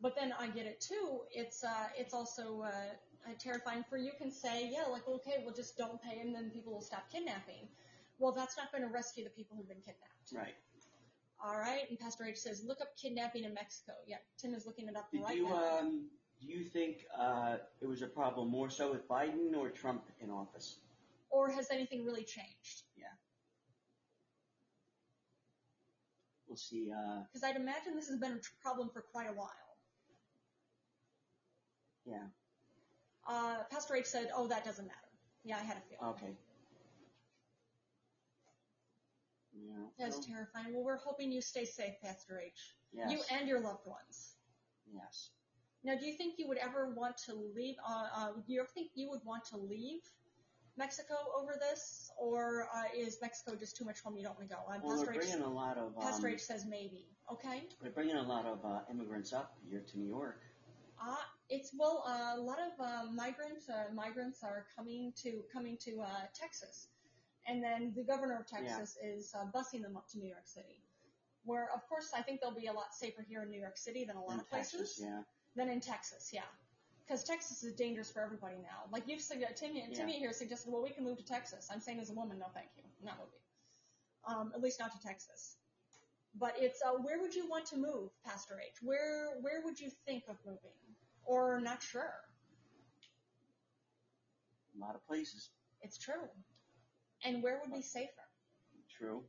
[SPEAKER 1] But then I get it too. It's uh, it's also uh, uh, terrifying. For you can say, yeah, like okay, well just don't pay, and then people will stop kidnapping. Well, that's not going to rescue the people who've been kidnapped.
[SPEAKER 2] Right.
[SPEAKER 1] All right. And Pastor H says, look up kidnapping in Mexico. Yeah, Tim is looking it up
[SPEAKER 2] Did
[SPEAKER 1] right
[SPEAKER 2] you
[SPEAKER 1] now.
[SPEAKER 2] um do you think uh it was a problem more so with Biden or Trump in office?
[SPEAKER 1] or has anything really changed?
[SPEAKER 2] We'll see. Uh
[SPEAKER 1] Because I'd imagine this has been a tr- problem for quite a while.
[SPEAKER 2] yeah.
[SPEAKER 1] Uh, Pastor H said, oh, that doesn't matter. Yeah, I had a feeling.
[SPEAKER 2] Okay. Yeah.
[SPEAKER 1] That's
[SPEAKER 2] well,
[SPEAKER 1] terrifying. Well, we're hoping you stay safe, Pastor H.
[SPEAKER 2] yes.
[SPEAKER 1] You and your loved ones.
[SPEAKER 2] yes.
[SPEAKER 1] Now, do you think you would ever want to leave? Uh, uh, do you think you would want to leave Mexico over this, or uh, is Mexico just too much home you don't want to go? Um,
[SPEAKER 2] Well,
[SPEAKER 1] Pastor,
[SPEAKER 2] they're
[SPEAKER 1] H,
[SPEAKER 2] bringing a lot of um,
[SPEAKER 1] Pastor H says maybe. Okay.
[SPEAKER 2] they're bringing a lot of uh, immigrants up here to New York.
[SPEAKER 1] Uh, it's well, uh, a lot of uh, migrant uh, migrants are coming to coming to uh, Texas, and then the governor of Texas is uh, busing them up to New York City, where of course I think they'll be a lot safer here in New York City than a lot
[SPEAKER 2] in
[SPEAKER 1] of places.
[SPEAKER 2] Texas, yeah.
[SPEAKER 1] than in Texas, yeah. Because Texas is dangerous for everybody now. Like you've suggested, Timmy,
[SPEAKER 2] Yeah.
[SPEAKER 1] Timmy here suggested, well, we can move to Texas. I'm saying as a woman, no, thank you, not moving. Um, at least not to Texas. But it's uh, where would you want to move, Pastor H? Where where would you think of moving, or not sure?
[SPEAKER 2] A lot of places.
[SPEAKER 1] It's true. And where would be safer?
[SPEAKER 2] True.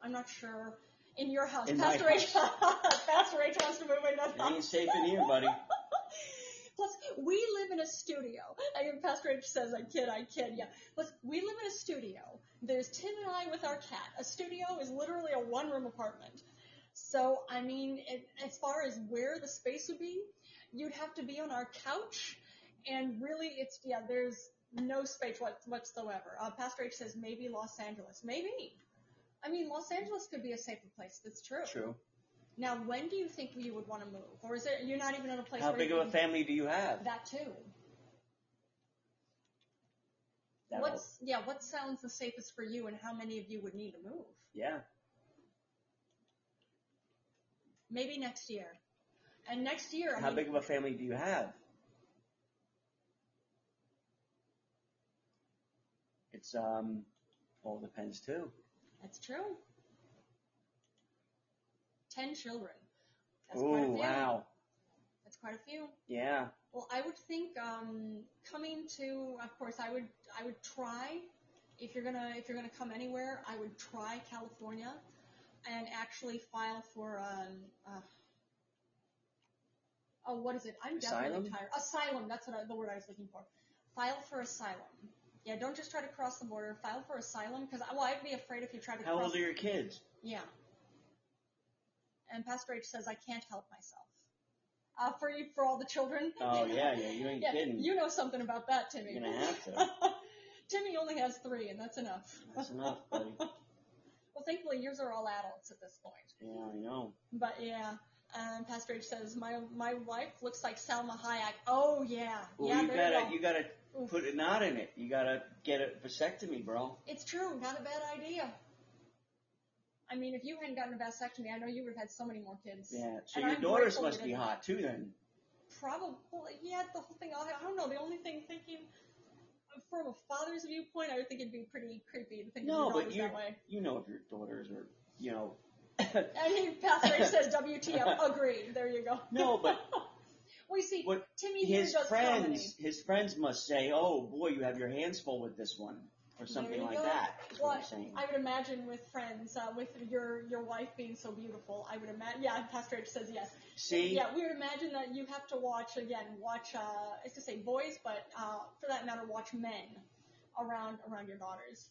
[SPEAKER 1] I'm not sure. In your house,
[SPEAKER 2] In my
[SPEAKER 1] Pastor H. (laughs) Pastor H. wants to move in that
[SPEAKER 2] It
[SPEAKER 1] house.
[SPEAKER 2] ain't safe in here,
[SPEAKER 1] (laughs)
[SPEAKER 2] buddy.
[SPEAKER 1] Plus, we live in a studio. And Pastor H says, I kid, I kid, yeah. Plus, we live in a studio. There's Tim and I with our cat. A studio is literally a one room apartment. So, I mean, it, as far as where the space would be, you'd have to be on our couch. And really, it's, yeah, there's no space what, whatsoever. Uh, Pastor H says, maybe Los Angeles. Maybe. I mean, Los Angeles could be a safer place. That's true.
[SPEAKER 2] True.
[SPEAKER 1] Now, when do you think you would want to move? Or is it, you're not even in a place
[SPEAKER 2] How
[SPEAKER 1] where
[SPEAKER 2] big
[SPEAKER 1] you
[SPEAKER 2] of
[SPEAKER 1] can
[SPEAKER 2] a family do you have?
[SPEAKER 1] that too.
[SPEAKER 2] That'll-
[SPEAKER 1] What's yeah? What sounds the safest for you, and how many of you would need to move?
[SPEAKER 2] yeah.
[SPEAKER 1] Maybe next year. And next year, I
[SPEAKER 2] How
[SPEAKER 1] mean,
[SPEAKER 2] big of a family do you have? It's um all depends too.
[SPEAKER 1] that's true. Ten children. That's quite a
[SPEAKER 2] Oh
[SPEAKER 1] few.
[SPEAKER 2] wow.
[SPEAKER 1] That's quite a few.
[SPEAKER 2] Yeah.
[SPEAKER 1] Well, I would think um, coming to, of course, I would I would try if you're gonna if you're gonna come anywhere, I would try California and actually file for um, uh, oh what is it? I'm definitely
[SPEAKER 2] Asylum?
[SPEAKER 1] tired. Asylum. That's what I, the word I was looking for. File for asylum. Yeah, don't just try to cross the border. File for asylum because well, I'd be afraid if you tried to.
[SPEAKER 2] How
[SPEAKER 1] cross
[SPEAKER 2] old are your kids?
[SPEAKER 1] yeah. And Pastor H says, I can't help myself. Uh, for you, for all the children.
[SPEAKER 2] Oh yeah, yeah. You ain't
[SPEAKER 1] Yeah,
[SPEAKER 2] kidding.
[SPEAKER 1] you know something about that, Timmy.
[SPEAKER 2] You're gonna have to.
[SPEAKER 1] (laughs) Timmy only has three, and that's enough.
[SPEAKER 2] That's enough, buddy.
[SPEAKER 1] Well, thankfully, yours are all adults at this point.
[SPEAKER 2] Yeah, I know.
[SPEAKER 1] But yeah, And Pastor H says, my my wife looks like Salma Hayek. Oh yeah,
[SPEAKER 2] Well,
[SPEAKER 1] yeah,
[SPEAKER 2] you
[SPEAKER 1] there
[SPEAKER 2] gotta
[SPEAKER 1] go.
[SPEAKER 2] you gotta
[SPEAKER 1] Oof.
[SPEAKER 2] put a knot in it. You gotta get a vasectomy, bro.
[SPEAKER 1] It's true, not a bad idea. I mean, if you hadn't gotten a vasectomy, I know you would have had so many more kids.
[SPEAKER 2] Yeah. So
[SPEAKER 1] And
[SPEAKER 2] your
[SPEAKER 1] I'm
[SPEAKER 2] daughters
[SPEAKER 1] grateful
[SPEAKER 2] must
[SPEAKER 1] that
[SPEAKER 2] be
[SPEAKER 1] it-
[SPEAKER 2] hot too, then.
[SPEAKER 1] Probably, yeah, the whole thing. I don't know. The only thing thinking from a father's viewpoint, I would think it'd be pretty creepy to think
[SPEAKER 2] No,
[SPEAKER 1] of your
[SPEAKER 2] but
[SPEAKER 1] daughters
[SPEAKER 2] you
[SPEAKER 1] that way.
[SPEAKER 2] you know if your daughters are you know. (coughs)
[SPEAKER 1] And he, Pastor H (laughs) says,
[SPEAKER 2] (laughs)
[SPEAKER 1] "WTF?" Agreed. There you go.
[SPEAKER 2] No, but
[SPEAKER 1] (laughs) we see
[SPEAKER 2] what
[SPEAKER 1] Timmy here
[SPEAKER 2] his
[SPEAKER 1] does comedy.
[SPEAKER 2] friends his friends must say, oh boy, you have your hands full with this one or something
[SPEAKER 1] you
[SPEAKER 2] like
[SPEAKER 1] go.
[SPEAKER 2] that. Is what I'm
[SPEAKER 1] What?
[SPEAKER 2] saying.
[SPEAKER 1] I would imagine with friends, uh, with your your wife being so beautiful, I would imagine. Yeah, Pastor H says yes.
[SPEAKER 2] See,
[SPEAKER 1] Yeah, we would imagine that you have to watch again, watch. Uh, I was to say boys, but uh, for that matter, watch men around around your daughters.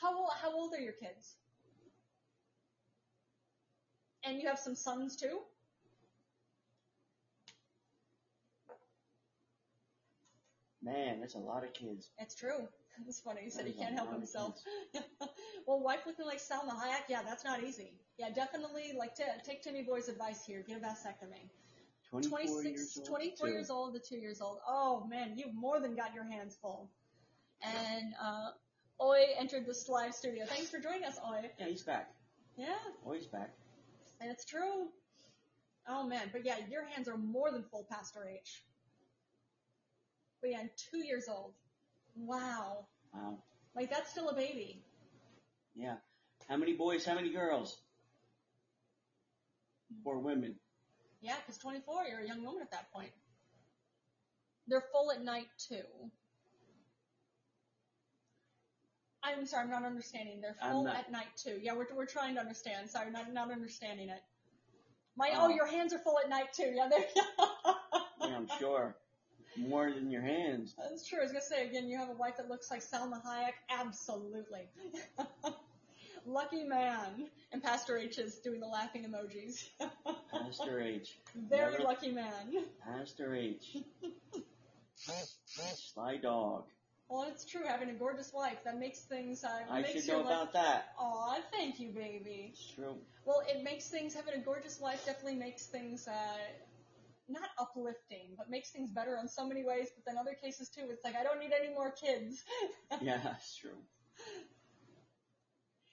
[SPEAKER 1] How old, how old are your kids? And you have some sons too.
[SPEAKER 2] man, that's a lot of kids.
[SPEAKER 1] It's true. (laughs) It's funny. He said he
[SPEAKER 2] There's a
[SPEAKER 1] can't help
[SPEAKER 2] lot of
[SPEAKER 1] himself. (laughs) well, wife looking like Salma Hayek. Yeah, that's not easy. Yeah, definitely. Like, t- take Timmy Boy's advice here. Get a vasectomy.
[SPEAKER 2] 24 years
[SPEAKER 1] 26,
[SPEAKER 2] old.
[SPEAKER 1] 24
[SPEAKER 2] too.
[SPEAKER 1] years old to 2 years old. Oh man, you've more than got your hands full. And uh, Oi entered this live studio. Thanks for joining us, Oi.
[SPEAKER 2] Yeah, he's back.
[SPEAKER 1] Yeah,
[SPEAKER 2] Oh, he's back.
[SPEAKER 1] and it's true. Oh man, but yeah, your hands are more than full, Pastor H. But yeah, and 2 years old. Wow.
[SPEAKER 2] Wow.
[SPEAKER 1] Like that's still a baby.
[SPEAKER 2] Yeah. How many boys? How many girls? Or women?
[SPEAKER 1] Yeah, because 24, you're a young woman at that point. They're full at night too. I'm sorry, I'm not understanding. They're
[SPEAKER 2] I'm
[SPEAKER 1] full
[SPEAKER 2] not-
[SPEAKER 1] at night too. Yeah, we're, we're trying to understand. Sorry, not not understanding it. My
[SPEAKER 2] Oh.
[SPEAKER 1] oh, your hands are full at night too. Yeah, there.
[SPEAKER 2] Yeah, I'm sure. More than your hands.
[SPEAKER 1] (laughs) That's true. I was gonna say again, you have a wife that looks like Salma Hayek. Absolutely. (laughs) Lucky man. And Pastor H is doing the laughing emojis. (laughs)
[SPEAKER 2] Pastor H.
[SPEAKER 1] Very
[SPEAKER 2] Never-
[SPEAKER 1] lucky man.
[SPEAKER 2] Pastor H.
[SPEAKER 1] (laughs)
[SPEAKER 2] Sly dog.
[SPEAKER 1] Well, it's true. Having a gorgeous wife that makes things. Uh,
[SPEAKER 2] I
[SPEAKER 1] makes
[SPEAKER 2] should
[SPEAKER 1] your
[SPEAKER 2] know
[SPEAKER 1] life.
[SPEAKER 2] about that.
[SPEAKER 1] Aw, thank you, baby.
[SPEAKER 2] It's true.
[SPEAKER 1] Well, it makes things. Having a gorgeous wife definitely makes things. Uh, not uplifting, but makes things better in so many ways. But then other cases too, it's like I don't need any more kids. (laughs)
[SPEAKER 2] Yeah, it's true.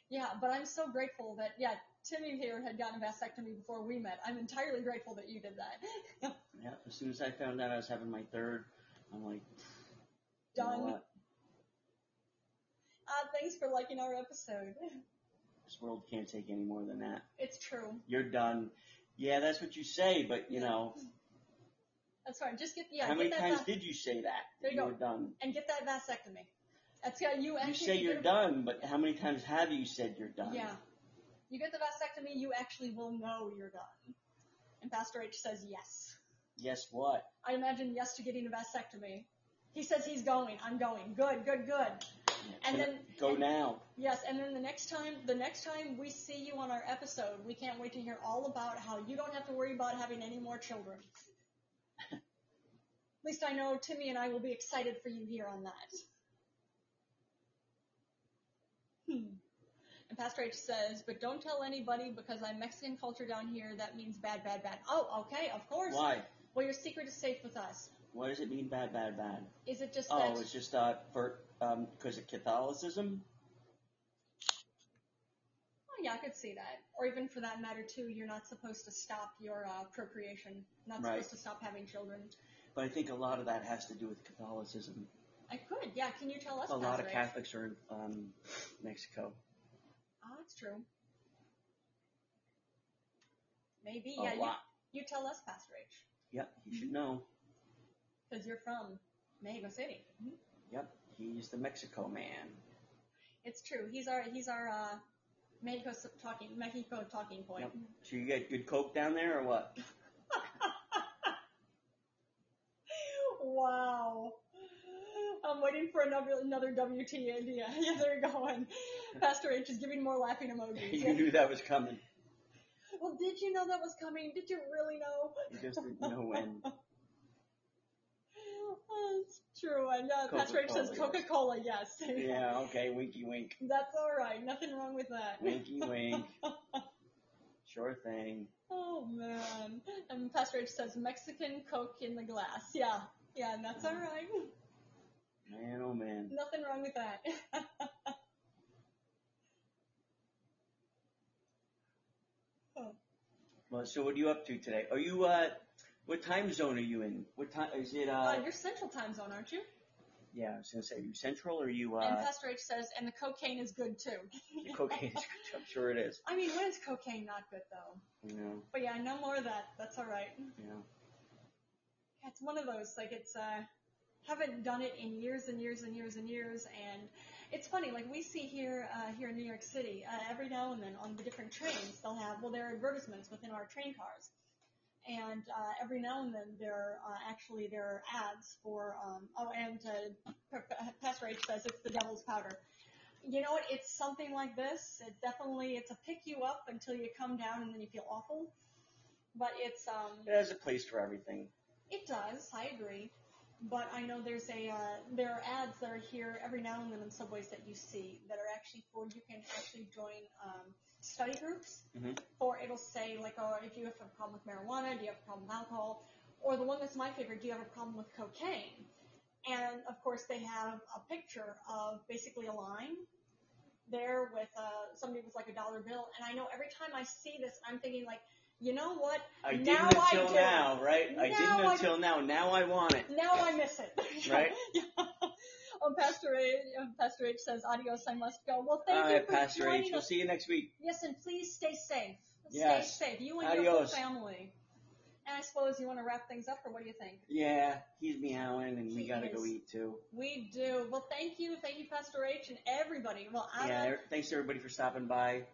[SPEAKER 1] yeah, but I'm so grateful that yeah, Timmy here had gotten a vasectomy before we met. I'm entirely grateful that you did that. (laughs)
[SPEAKER 2] Yeah, as soon as I found out I was having my third, I'm like, you know
[SPEAKER 1] Done.
[SPEAKER 2] what?
[SPEAKER 1] uh, thanks for liking our episode.
[SPEAKER 2] This world can't take any more than that.
[SPEAKER 1] It's true.
[SPEAKER 2] You're done. Yeah, that's what you say, but you know,
[SPEAKER 1] That's right. Just get yeah.
[SPEAKER 2] how
[SPEAKER 1] get
[SPEAKER 2] many
[SPEAKER 1] that
[SPEAKER 2] times
[SPEAKER 1] vas-
[SPEAKER 2] did you say that?
[SPEAKER 1] There
[SPEAKER 2] that
[SPEAKER 1] you
[SPEAKER 2] you
[SPEAKER 1] go.
[SPEAKER 2] were done.
[SPEAKER 1] and get that vasectomy. That's how you
[SPEAKER 2] You
[SPEAKER 1] actually
[SPEAKER 2] say
[SPEAKER 1] get
[SPEAKER 2] you're
[SPEAKER 1] a-
[SPEAKER 2] done, but how many times have you said you're done?
[SPEAKER 1] Yeah. You get the vasectomy, you actually will know you're done. And Pastor H says yes.
[SPEAKER 2] Guess what?
[SPEAKER 1] I imagine yes to getting a vasectomy. He says he's going. I'm going. Good, good, good. And then-
[SPEAKER 2] go
[SPEAKER 1] and-
[SPEAKER 2] now.
[SPEAKER 1] Yes, and then the next time, the next time we see you on our episode, we can't wait to hear all about how you don't have to worry about having any more children. At least I know Timmy and I will be excited for you here on that. Hmm. And Pastor H says, but don't tell anybody because I'm Mexican culture down here. That means bad, bad, bad. Oh, okay, of course.
[SPEAKER 2] Why?
[SPEAKER 1] Well, your secret is safe with us.
[SPEAKER 2] What does it mean bad, bad, bad?
[SPEAKER 1] Is it just that?
[SPEAKER 2] Oh, it's just uh, for um, because of Catholicism.
[SPEAKER 1] Oh, yeah, I could see that. Or even for that matter, too, you're not supposed to stop your uh, procreation. Not
[SPEAKER 2] Right.
[SPEAKER 1] supposed to stop having children.
[SPEAKER 2] But I think a lot of that has to do with Catholicism.
[SPEAKER 1] I could, yeah. Can you tell us?
[SPEAKER 2] a lot
[SPEAKER 1] Pastor
[SPEAKER 2] of
[SPEAKER 1] H?
[SPEAKER 2] Catholics are in um, Mexico.
[SPEAKER 1] Oh, that's true. Maybe,
[SPEAKER 2] A
[SPEAKER 1] yeah. You,
[SPEAKER 2] lot.
[SPEAKER 1] you tell us, Pastor H,
[SPEAKER 2] Yep, you
[SPEAKER 1] Mm-hmm.
[SPEAKER 2] should know.
[SPEAKER 1] because you're from Mexico City. Mhm.
[SPEAKER 2] Yep, he's the Mexico man.
[SPEAKER 1] It's true. He's our he's our uh, Mexico s- talking Mexico talking point.
[SPEAKER 2] Yep. So you get good coke down there or
[SPEAKER 1] (laughs)
[SPEAKER 2] what? (laughs)
[SPEAKER 1] Wow. I'm waiting for another another WT idea. (laughs) Yeah, they're going. Pastor H is giving more laughing emojis.
[SPEAKER 2] you (laughs) knew that was coming.
[SPEAKER 1] Well, did you know that was coming? Did you really know?
[SPEAKER 2] You just didn't
[SPEAKER 1] (laughs)
[SPEAKER 2] know when.
[SPEAKER 1] Oh, It's true. I know. Pastor H says
[SPEAKER 2] Coca-Cola,
[SPEAKER 1] Coca Cola, yes. (laughs)
[SPEAKER 2] Yeah, okay, winky wink.
[SPEAKER 1] That's (laughs) all right. Nothing wrong with that.
[SPEAKER 2] Winky wink. Sure thing.
[SPEAKER 1] Oh man. And Pastor H says Mexican Coke in the glass. Yeah, yeah, and that's all right. (laughs)
[SPEAKER 2] Man, oh man.
[SPEAKER 1] Nothing wrong with that. (laughs)
[SPEAKER 2] Well, so what are you up to today? Are you, uh, what time zone are you in? What time, is it,
[SPEAKER 1] Uh,
[SPEAKER 2] uh,
[SPEAKER 1] you're Central Time Zone, aren't you?
[SPEAKER 2] yeah, I was gonna say, are you central or are you,
[SPEAKER 1] and
[SPEAKER 2] uh,
[SPEAKER 1] Pastor H says, and the cocaine is good too.
[SPEAKER 2] the (laughs) cocaine? is good? I'm sure it is.
[SPEAKER 1] (laughs) I mean, when is cocaine not good though?
[SPEAKER 2] You know,
[SPEAKER 1] But yeah, no more of that. That's all right.
[SPEAKER 2] you know.
[SPEAKER 1] It's one of those like it's uh haven't done it in years and years and years and years and it's funny like we see here uh, here in New York City uh, every now and then on the different trains they'll have well there are advertisements within our train cars and uh, every now and then there are uh, actually there are ads for um, oh and uh, P- P- Pastor H says it's the devil's powder you know what it's something like this it definitely it's a pick you up until you come down and then you feel awful but it's um
[SPEAKER 2] It has a place for everything.
[SPEAKER 1] it does. I agree. But I know there's a uh, there are ads that are here every now and then in subways that you see that are actually for you can actually join um, study groups
[SPEAKER 2] Mhm.
[SPEAKER 1] for it'll say like oh if you have a problem with marijuana do you have a problem with alcohol or the one that's my favorite do you have a problem with cocaine and of course they have a picture of basically a line there with uh, somebody with like a dollar bill and I know every time I see this I'm thinking like you know what
[SPEAKER 2] I didn't
[SPEAKER 1] Now I
[SPEAKER 2] until
[SPEAKER 1] do.
[SPEAKER 2] now, right? I didn't
[SPEAKER 1] Now I-
[SPEAKER 2] until now. Now I want it.
[SPEAKER 1] now I miss it.
[SPEAKER 2] Right?
[SPEAKER 1] (laughs) um, Pastor H, um, Pastor H says, "Adios, I must go." Well,
[SPEAKER 2] All
[SPEAKER 1] thank you
[SPEAKER 2] right,
[SPEAKER 1] for
[SPEAKER 2] Uh, Pastor
[SPEAKER 1] joining
[SPEAKER 2] H. We'll
[SPEAKER 1] us.
[SPEAKER 2] see you next week.
[SPEAKER 1] Yes, and please stay safe.
[SPEAKER 2] Yes.
[SPEAKER 1] Stay safe, you and your whole
[SPEAKER 2] Adios.
[SPEAKER 1] family. And I suppose you want to wrap things up, or what do you think?
[SPEAKER 2] Yeah, he's meowing, and we
[SPEAKER 1] He
[SPEAKER 2] gotta go
[SPEAKER 1] is.
[SPEAKER 2] eat too.
[SPEAKER 1] We do. Well, thank you, thank you, Pastor H, and everybody. Well, I
[SPEAKER 2] Yeah, er- thanks everybody for stopping by.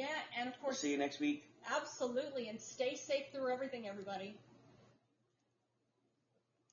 [SPEAKER 1] yeah, and of
[SPEAKER 2] We'll
[SPEAKER 1] course,
[SPEAKER 2] see you next week.
[SPEAKER 1] absolutely, and stay safe through everything, everybody.